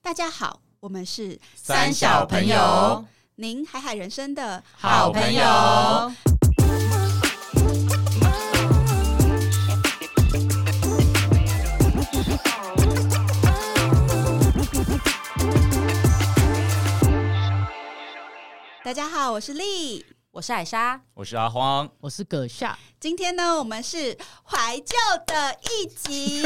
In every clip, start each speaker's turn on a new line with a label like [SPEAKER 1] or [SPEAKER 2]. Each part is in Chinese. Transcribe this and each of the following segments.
[SPEAKER 1] 大家好，我们是
[SPEAKER 2] 三小朋友，
[SPEAKER 1] 您海海人生的
[SPEAKER 2] 好朋友。
[SPEAKER 1] 大家好，我是丽。
[SPEAKER 3] 我是艾莎，
[SPEAKER 2] 我是阿荒，
[SPEAKER 4] 我是葛夏，
[SPEAKER 1] 今天呢，我们是怀旧的一集，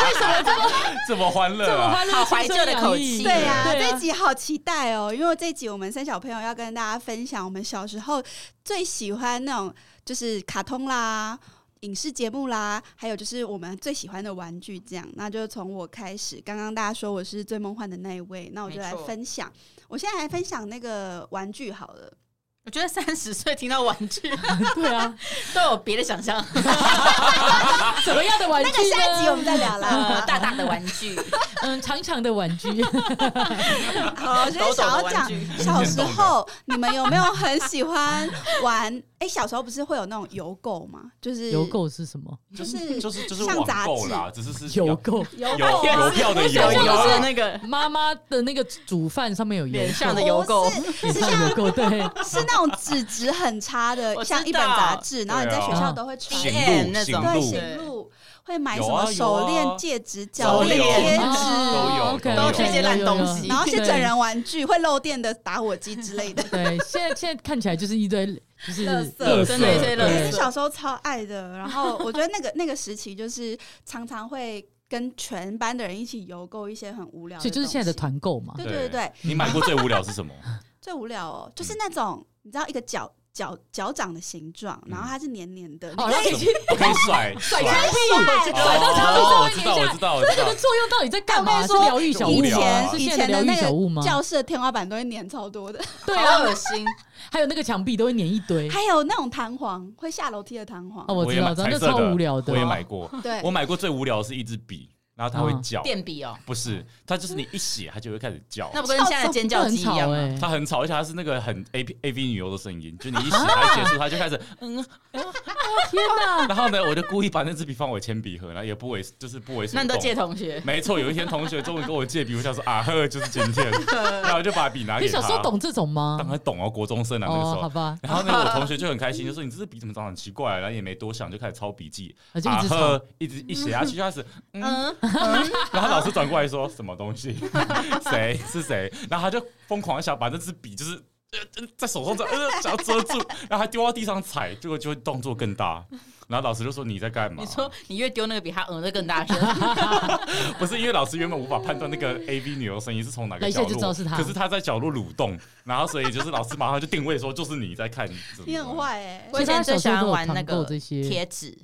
[SPEAKER 2] 这么欢乐啊！
[SPEAKER 3] 好怀旧的口气
[SPEAKER 1] 对啊，这集好期待哦，因为这集我们三小朋友要跟大家分享我们小时候最喜欢那种就是卡通啦、影视节目啦，还有就是我们最喜欢的玩具这样。那就从我开始，刚刚大家说我是最梦幻的那一位，那我就
[SPEAKER 3] 没
[SPEAKER 1] 来
[SPEAKER 3] 错
[SPEAKER 1] 分享。我现在来分享那个玩具好了。
[SPEAKER 3] 我觉得三十岁听到玩具
[SPEAKER 4] 对啊，
[SPEAKER 3] 都有别的想象，
[SPEAKER 4] 怎么样的玩
[SPEAKER 1] 那
[SPEAKER 4] 具呢？
[SPEAKER 1] 个下一集我们再聊啦。
[SPEAKER 3] 大大的玩具，
[SPEAKER 4] 嗯，长长的玩具，
[SPEAKER 1] 好，哦所以
[SPEAKER 3] 抖抖
[SPEAKER 1] 想
[SPEAKER 3] 的
[SPEAKER 1] 要讲
[SPEAKER 3] 玩具
[SPEAKER 1] 小 时候，你们有没有很喜欢玩？哎、小时候不是会有那种邮购吗？就是
[SPEAKER 4] 邮，购是什么？
[SPEAKER 1] 就是
[SPEAKER 2] 就是就是
[SPEAKER 1] 像
[SPEAKER 2] 网
[SPEAKER 1] 杂
[SPEAKER 2] 购啦，
[SPEAKER 1] 志，
[SPEAKER 2] 只是是
[SPEAKER 4] 邮购，
[SPEAKER 2] 邮 邮票的邮
[SPEAKER 4] 想象
[SPEAKER 2] 啊
[SPEAKER 4] 的是
[SPEAKER 3] 那个
[SPEAKER 4] 妈妈的那个煮饭上面有邮
[SPEAKER 3] 脸
[SPEAKER 4] 购
[SPEAKER 3] 上的邮购，
[SPEAKER 4] 脸上有邮购，对，
[SPEAKER 1] 是那种纸质很差的，
[SPEAKER 3] 我知道
[SPEAKER 1] 像一本杂志，然后你在
[SPEAKER 2] 对啊
[SPEAKER 1] 学校都会穿。
[SPEAKER 2] 行
[SPEAKER 3] DM
[SPEAKER 2] 路
[SPEAKER 3] 那
[SPEAKER 2] 行
[SPEAKER 3] 种
[SPEAKER 1] 对，
[SPEAKER 2] 路
[SPEAKER 1] 行路会买什
[SPEAKER 2] 有啊有
[SPEAKER 1] 么
[SPEAKER 2] 啊
[SPEAKER 1] 手链、戒指、脚
[SPEAKER 2] 手
[SPEAKER 1] 链、
[SPEAKER 2] 链
[SPEAKER 1] 贴
[SPEAKER 2] 哦
[SPEAKER 1] 纸，
[SPEAKER 2] 有
[SPEAKER 4] ，OK，
[SPEAKER 2] 都有
[SPEAKER 4] 有
[SPEAKER 2] 这
[SPEAKER 3] 些烂东西
[SPEAKER 1] 然后是
[SPEAKER 4] 对
[SPEAKER 1] 整人玩具，会漏电的打火机之类的。
[SPEAKER 4] 对，现在现在看起来就是一堆，就是
[SPEAKER 1] 垃圾
[SPEAKER 4] 垃圾
[SPEAKER 3] 真的一堆垃圾
[SPEAKER 1] 也
[SPEAKER 4] 对
[SPEAKER 1] 是小时候超爱的。然后我觉得那个那个时期，就是常常会跟全班的人一起邮购一些很无聊的，
[SPEAKER 4] 所以就是现在的。团购嘛，
[SPEAKER 1] 对啊对对，
[SPEAKER 2] 你买过最无聊是什么？
[SPEAKER 1] 最无聊哦，
[SPEAKER 2] 嗯
[SPEAKER 1] 就是那种你知道一个脚脚脚掌的形状，然
[SPEAKER 2] 嗯
[SPEAKER 1] 后它是黏黏的，
[SPEAKER 4] 哦
[SPEAKER 1] 哎你可以
[SPEAKER 2] 什么我可以甩
[SPEAKER 1] 甩
[SPEAKER 2] 哦
[SPEAKER 1] 墙壁。
[SPEAKER 2] 哦我知道，我知道，我知
[SPEAKER 4] 这
[SPEAKER 2] 道
[SPEAKER 4] 个。作用到底在干
[SPEAKER 1] 哎
[SPEAKER 4] 嘛？
[SPEAKER 1] 我
[SPEAKER 4] 是
[SPEAKER 1] 跟你说
[SPEAKER 4] 疗愈小
[SPEAKER 2] 无
[SPEAKER 4] 物
[SPEAKER 1] 以
[SPEAKER 2] 聊
[SPEAKER 1] 前
[SPEAKER 2] 啊
[SPEAKER 4] 是
[SPEAKER 1] 以
[SPEAKER 4] 现在
[SPEAKER 1] 前
[SPEAKER 4] 的
[SPEAKER 1] 的
[SPEAKER 4] 疗
[SPEAKER 1] 那
[SPEAKER 4] 愈小物
[SPEAKER 1] 个
[SPEAKER 4] 吗？
[SPEAKER 1] 教室的天花板都会粘超多的，
[SPEAKER 4] 对
[SPEAKER 3] 好
[SPEAKER 4] 啊，
[SPEAKER 3] 恶心，
[SPEAKER 4] 还有那个墙壁都会粘一堆。
[SPEAKER 1] 还有那种弹簧会下楼梯的弹簧
[SPEAKER 4] 哦，，我知
[SPEAKER 2] 也
[SPEAKER 4] 道，
[SPEAKER 2] 买
[SPEAKER 4] 知道那
[SPEAKER 2] 彩色
[SPEAKER 4] 超无聊的。
[SPEAKER 2] 我也买过。
[SPEAKER 1] 对
[SPEAKER 2] 我，买过最无聊的是一支笔，然后它
[SPEAKER 4] 嗯
[SPEAKER 2] 会叫，
[SPEAKER 3] 电笔哦，
[SPEAKER 2] 不是，它就是你一写它就会开始叫。
[SPEAKER 3] 那不跟现在的尖
[SPEAKER 4] 这
[SPEAKER 3] 叫
[SPEAKER 4] 很
[SPEAKER 3] 鸡
[SPEAKER 1] 啊
[SPEAKER 3] 一
[SPEAKER 4] 吵
[SPEAKER 3] 样吗？
[SPEAKER 4] 哎，
[SPEAKER 2] 它很吵，而且它是那个很 A P A V 女优的声音，就你一写它结束，它就开始。
[SPEAKER 4] 啊
[SPEAKER 2] 嗯
[SPEAKER 4] 天哪！
[SPEAKER 2] 然后呢，我就故意把那支笔放我铅笔盒，然后也不为就是不为所
[SPEAKER 3] 那你都
[SPEAKER 2] 动
[SPEAKER 3] 借同学，
[SPEAKER 2] 没错，有一天同学终于跟我借笔，我想说啊呵，就是今 天，然后我就把笔拿
[SPEAKER 4] 你
[SPEAKER 2] 给他。
[SPEAKER 4] 小时候懂这种吗？
[SPEAKER 2] 当然懂哦，国中生啊那个时
[SPEAKER 4] 哦，好
[SPEAKER 2] 候。
[SPEAKER 4] 吧，
[SPEAKER 2] 然后呢，我同学就很开心，就说你这支笔怎么长得很奇怪啊、然后也没多想，就开始抄笔记，
[SPEAKER 4] 那哦就一直
[SPEAKER 2] 啊
[SPEAKER 4] 吵。
[SPEAKER 2] 呵，一直一写下去就开始，嗯，
[SPEAKER 3] 嗯，
[SPEAKER 2] 然后老师转过来说什么东西， 谁是谁，然后他就疯狂地想把那支笔就是。呃呃在手上这样呃，想要遮住，然后还丢到地上踩，结果就会动作更大。然后老师就说：“你在干嘛？”
[SPEAKER 3] 你说你越丢那个比他嗯的更大声，
[SPEAKER 2] 不是因为老师原本无法判断那个 A V 女优声音是从哪个
[SPEAKER 4] 那一
[SPEAKER 2] 角
[SPEAKER 4] 下
[SPEAKER 2] 落，
[SPEAKER 4] 就知道是她
[SPEAKER 2] 可是她在角落蠕动，然后所以就是老师马上就定位说就是你在看，
[SPEAKER 1] 你很坏哎，
[SPEAKER 3] 我以前最喜欢玩那
[SPEAKER 4] 所以大家小时候都有团购
[SPEAKER 3] 个
[SPEAKER 4] 这些
[SPEAKER 3] 贴纸，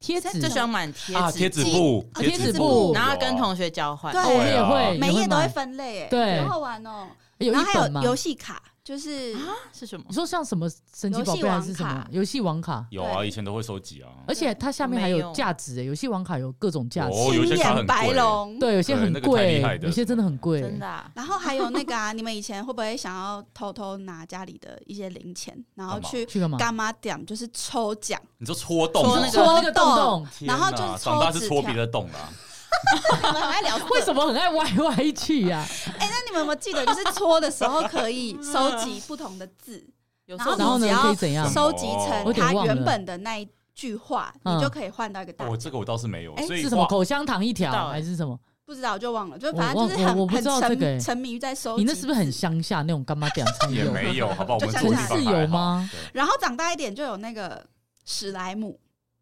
[SPEAKER 4] 贴纸，
[SPEAKER 3] 最喜欢玩贴
[SPEAKER 2] 啊，贴
[SPEAKER 3] 纸
[SPEAKER 2] 纸布，
[SPEAKER 4] 啊贴纸
[SPEAKER 2] 布
[SPEAKER 4] 布，
[SPEAKER 3] 然后跟同学交换
[SPEAKER 1] 对，
[SPEAKER 4] 哦我
[SPEAKER 2] 对
[SPEAKER 4] 也
[SPEAKER 2] 啊
[SPEAKER 4] 会，
[SPEAKER 1] 每
[SPEAKER 4] 也
[SPEAKER 1] 页都会
[SPEAKER 4] 买
[SPEAKER 1] 分类哎，
[SPEAKER 4] 对
[SPEAKER 1] 好好玩哦。
[SPEAKER 4] 有
[SPEAKER 1] 然
[SPEAKER 4] 一
[SPEAKER 1] 后还
[SPEAKER 4] 本吗啊
[SPEAKER 1] 有？游戏卡，就是
[SPEAKER 3] 是什么
[SPEAKER 4] 你？说像什么神奇宝贝还是什么游戏网卡？
[SPEAKER 2] 有啊，
[SPEAKER 1] 对
[SPEAKER 2] 以前都会收集啊，
[SPEAKER 4] 而且它下面还
[SPEAKER 3] 嗯没
[SPEAKER 4] 有
[SPEAKER 3] 有
[SPEAKER 4] 价值欸诶，游戏网卡有各种价值，
[SPEAKER 2] 哦有一些
[SPEAKER 1] 青
[SPEAKER 2] 卡很
[SPEAKER 1] 眼白
[SPEAKER 2] 贵
[SPEAKER 1] 龙，
[SPEAKER 4] 对，有些
[SPEAKER 2] 对
[SPEAKER 4] 很
[SPEAKER 2] 那个太厉
[SPEAKER 4] 贵
[SPEAKER 2] 害，的
[SPEAKER 4] 有些真的很贵，
[SPEAKER 3] 真的啊，
[SPEAKER 1] 然后还有那个啊，你 们以前会不会想要偷偷拿家里的一些零钱，然后
[SPEAKER 2] 干嘛
[SPEAKER 1] 去
[SPEAKER 4] 去干嘛？
[SPEAKER 1] 干妈点，就是抽 奖，
[SPEAKER 2] 你说戳洞
[SPEAKER 3] 戳
[SPEAKER 2] 啊，
[SPEAKER 3] 那个
[SPEAKER 4] 戳那个洞
[SPEAKER 1] 戳
[SPEAKER 4] 洞，
[SPEAKER 2] 天哪
[SPEAKER 1] 然后就是
[SPEAKER 2] 长大
[SPEAKER 1] 抽
[SPEAKER 2] 是
[SPEAKER 1] 纸
[SPEAKER 2] 戳
[SPEAKER 1] 条
[SPEAKER 2] 别的洞啊啦，
[SPEAKER 1] 我们很爱聊
[SPEAKER 4] 为什？么很爱歪歪啊去呀？
[SPEAKER 1] 哎，那你们有没有记得，就是搓的时候可 以收集不同的字，
[SPEAKER 3] 有
[SPEAKER 1] 然后
[SPEAKER 4] 然后呢
[SPEAKER 1] 你只要
[SPEAKER 4] 可以怎样
[SPEAKER 2] 什？么
[SPEAKER 1] 收集
[SPEAKER 2] 我有
[SPEAKER 1] 成
[SPEAKER 4] 点
[SPEAKER 1] 它
[SPEAKER 4] 忘了
[SPEAKER 1] 原本的那一句话，
[SPEAKER 4] 嗯
[SPEAKER 1] 你就可以换到一个大
[SPEAKER 2] 哦，。这个我倒是没有，
[SPEAKER 1] 哎
[SPEAKER 2] 所以
[SPEAKER 4] 是什么
[SPEAKER 2] 哇
[SPEAKER 4] 口香糖一
[SPEAKER 3] 不知
[SPEAKER 4] 条
[SPEAKER 3] 道欸
[SPEAKER 4] 还是什么？
[SPEAKER 1] 不知道我就忘了，就
[SPEAKER 4] 我
[SPEAKER 1] 反正就是
[SPEAKER 4] 忘我
[SPEAKER 1] 很
[SPEAKER 4] 我不
[SPEAKER 1] 很
[SPEAKER 4] 知道这个
[SPEAKER 1] 沉
[SPEAKER 4] 哎
[SPEAKER 1] 沉迷于在收集。
[SPEAKER 4] 你那是不是很？乡下那种干妈店才
[SPEAKER 2] 也
[SPEAKER 4] 有？啊
[SPEAKER 2] 没 有，好不好？
[SPEAKER 1] 就
[SPEAKER 2] 我们
[SPEAKER 1] 像
[SPEAKER 2] 住的
[SPEAKER 1] 是
[SPEAKER 2] 地方
[SPEAKER 4] 有
[SPEAKER 2] 还好
[SPEAKER 4] 吗？
[SPEAKER 2] 对
[SPEAKER 1] 然后长大一点就有那个史莱姆，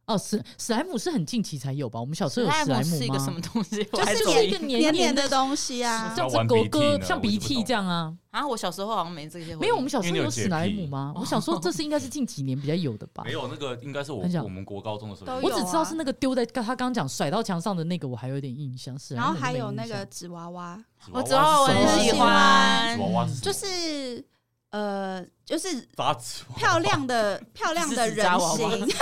[SPEAKER 4] 哦，史史莱姆是很近期才有吧？我们小时候有史莱姆
[SPEAKER 3] 是一个什
[SPEAKER 4] 吗
[SPEAKER 3] 么？东西？我
[SPEAKER 1] 就
[SPEAKER 3] 还
[SPEAKER 1] 是
[SPEAKER 3] 走
[SPEAKER 4] 做
[SPEAKER 1] 黏
[SPEAKER 4] 一个黏
[SPEAKER 1] 黏
[SPEAKER 4] 黏
[SPEAKER 1] 的东西啊
[SPEAKER 2] 是。
[SPEAKER 4] 像
[SPEAKER 2] 要玩
[SPEAKER 4] 是狗
[SPEAKER 2] 鼻涕
[SPEAKER 4] 哥，
[SPEAKER 2] 呢我
[SPEAKER 4] 像
[SPEAKER 2] 就
[SPEAKER 4] 鼻
[SPEAKER 2] 不
[SPEAKER 4] 涕
[SPEAKER 2] 懂
[SPEAKER 4] 这样啊。
[SPEAKER 3] 啊，我小时候好像没这些回忆，
[SPEAKER 4] 没有，我们小时
[SPEAKER 2] 因为你
[SPEAKER 4] 候
[SPEAKER 2] 有
[SPEAKER 4] 有
[SPEAKER 2] 洁
[SPEAKER 4] 史莱
[SPEAKER 2] 癖
[SPEAKER 4] 姆吗？
[SPEAKER 3] 哦
[SPEAKER 4] 我想说，这是应该是近几年比较有的 吧
[SPEAKER 2] 没。有那个应该是我
[SPEAKER 4] 很小
[SPEAKER 2] 我们国高中的时候
[SPEAKER 1] 都
[SPEAKER 2] 有
[SPEAKER 4] 我
[SPEAKER 1] 有
[SPEAKER 4] 只知道是那个丢在他刚刚讲甩到墙上的那个，我还有点印象。是，
[SPEAKER 1] 然后还有那个纸娃娃，
[SPEAKER 2] 纸
[SPEAKER 3] 我
[SPEAKER 2] 娃
[SPEAKER 3] 之后
[SPEAKER 2] 啊娃
[SPEAKER 3] 我
[SPEAKER 2] 是什么
[SPEAKER 3] 很喜
[SPEAKER 1] 欢
[SPEAKER 2] 纸娃娃是什么
[SPEAKER 1] 就是呃，就是
[SPEAKER 2] 砸纸娃娃
[SPEAKER 1] 漂亮的 漂亮的人形，
[SPEAKER 3] 是指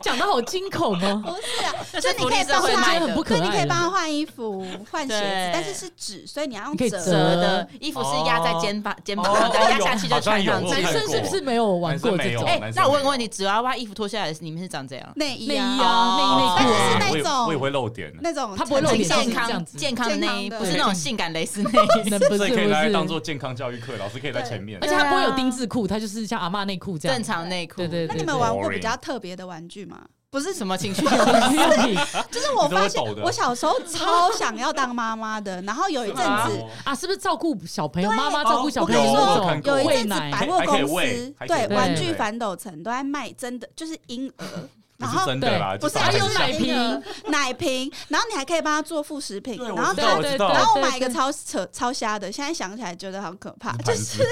[SPEAKER 4] 讲的好惊恐哦。
[SPEAKER 1] 不是啊，就
[SPEAKER 3] 这
[SPEAKER 1] 你可以
[SPEAKER 3] 社
[SPEAKER 1] 帮
[SPEAKER 3] 会
[SPEAKER 4] 真
[SPEAKER 1] 他
[SPEAKER 3] 卖
[SPEAKER 4] 的很不
[SPEAKER 1] 所
[SPEAKER 4] 可
[SPEAKER 1] 以你可
[SPEAKER 4] 爱
[SPEAKER 1] 以帮
[SPEAKER 4] 了。
[SPEAKER 1] 他换衣服、换鞋子
[SPEAKER 3] 对，
[SPEAKER 1] 但是是纸，所以你要用
[SPEAKER 4] 你可以
[SPEAKER 1] 折
[SPEAKER 4] 折
[SPEAKER 3] 折的衣服是压在肩膀肩膀上，这样压下去就穿上
[SPEAKER 2] 哦哦有
[SPEAKER 4] 男
[SPEAKER 3] 去
[SPEAKER 2] 我。看
[SPEAKER 4] 生
[SPEAKER 2] 过
[SPEAKER 4] 是不是没有玩过
[SPEAKER 2] 男生没
[SPEAKER 4] 这
[SPEAKER 2] 有
[SPEAKER 4] 种？
[SPEAKER 3] 哎
[SPEAKER 2] 男，生
[SPEAKER 3] 那我问
[SPEAKER 2] 没有
[SPEAKER 3] 个问题，纸娃娃衣服脱下来，你们是长怎样？
[SPEAKER 1] 内衣
[SPEAKER 4] 内衣
[SPEAKER 1] 啊，
[SPEAKER 4] 啊，内衣内裤
[SPEAKER 1] 但是
[SPEAKER 4] 啊
[SPEAKER 1] 那
[SPEAKER 2] 我也
[SPEAKER 1] 种
[SPEAKER 2] 我也会露点的，
[SPEAKER 1] 那种
[SPEAKER 4] 它不会露
[SPEAKER 1] 呈
[SPEAKER 4] 脸
[SPEAKER 1] 现
[SPEAKER 4] 上
[SPEAKER 1] 型
[SPEAKER 3] 健
[SPEAKER 4] 去这
[SPEAKER 3] 康
[SPEAKER 4] 样子
[SPEAKER 3] 健康的内衣，
[SPEAKER 1] 健康的
[SPEAKER 3] 不是那种性感蕾丝 内衣。
[SPEAKER 4] 能不
[SPEAKER 2] 所
[SPEAKER 4] 是
[SPEAKER 2] 以可以
[SPEAKER 4] 不
[SPEAKER 2] 拿来
[SPEAKER 4] 是
[SPEAKER 2] 当做健康教育课，老师可以在前面
[SPEAKER 4] 而。且它不会有丁字裤，它就是像阿嬷内裤这样。
[SPEAKER 3] 正常内裤，
[SPEAKER 4] 对对
[SPEAKER 1] 那
[SPEAKER 4] 对
[SPEAKER 1] 你们玩过比较特别的玩具吗？不是，
[SPEAKER 3] 是什么 情趣？
[SPEAKER 4] 用品
[SPEAKER 1] 就是我发现
[SPEAKER 2] 你都会抖的
[SPEAKER 1] 我小时候超想要当妈妈的，然后有一阵
[SPEAKER 3] 啊
[SPEAKER 2] 哦
[SPEAKER 1] 子。
[SPEAKER 4] 啊，是不是照顾小朋友？
[SPEAKER 1] 对
[SPEAKER 4] 妈妈照顾小
[SPEAKER 1] 我
[SPEAKER 4] 朋
[SPEAKER 1] 跟你
[SPEAKER 4] 友
[SPEAKER 1] 说
[SPEAKER 4] 那
[SPEAKER 2] 我看
[SPEAKER 4] 种
[SPEAKER 2] 过
[SPEAKER 1] 有一
[SPEAKER 4] 喂
[SPEAKER 1] 阵子
[SPEAKER 4] 奶，
[SPEAKER 1] 百货公
[SPEAKER 2] 还可以
[SPEAKER 1] 司
[SPEAKER 2] 喂还可以
[SPEAKER 1] 对
[SPEAKER 2] 喂
[SPEAKER 1] 玩具
[SPEAKER 2] 对
[SPEAKER 1] 反斗城都在卖真的就是婴儿，
[SPEAKER 2] 不
[SPEAKER 1] 然
[SPEAKER 2] 是
[SPEAKER 1] 后
[SPEAKER 2] 真的啦，
[SPEAKER 1] 不
[SPEAKER 4] 对
[SPEAKER 1] 是
[SPEAKER 2] 就
[SPEAKER 1] 啊
[SPEAKER 4] 还
[SPEAKER 2] 是
[SPEAKER 4] 有
[SPEAKER 1] 就是
[SPEAKER 4] 奶
[SPEAKER 1] 婴
[SPEAKER 4] 瓶
[SPEAKER 1] 儿奶瓶，然后你还可以帮他做副食品，
[SPEAKER 2] 对
[SPEAKER 1] 然后
[SPEAKER 2] 我知
[SPEAKER 1] 他
[SPEAKER 2] 道
[SPEAKER 4] 对对对，
[SPEAKER 1] 然后我
[SPEAKER 4] 对
[SPEAKER 1] 买一个
[SPEAKER 4] 对
[SPEAKER 1] 超扯超瞎的，现在想起来觉得好可怕，就
[SPEAKER 2] 盘
[SPEAKER 1] 是
[SPEAKER 2] 子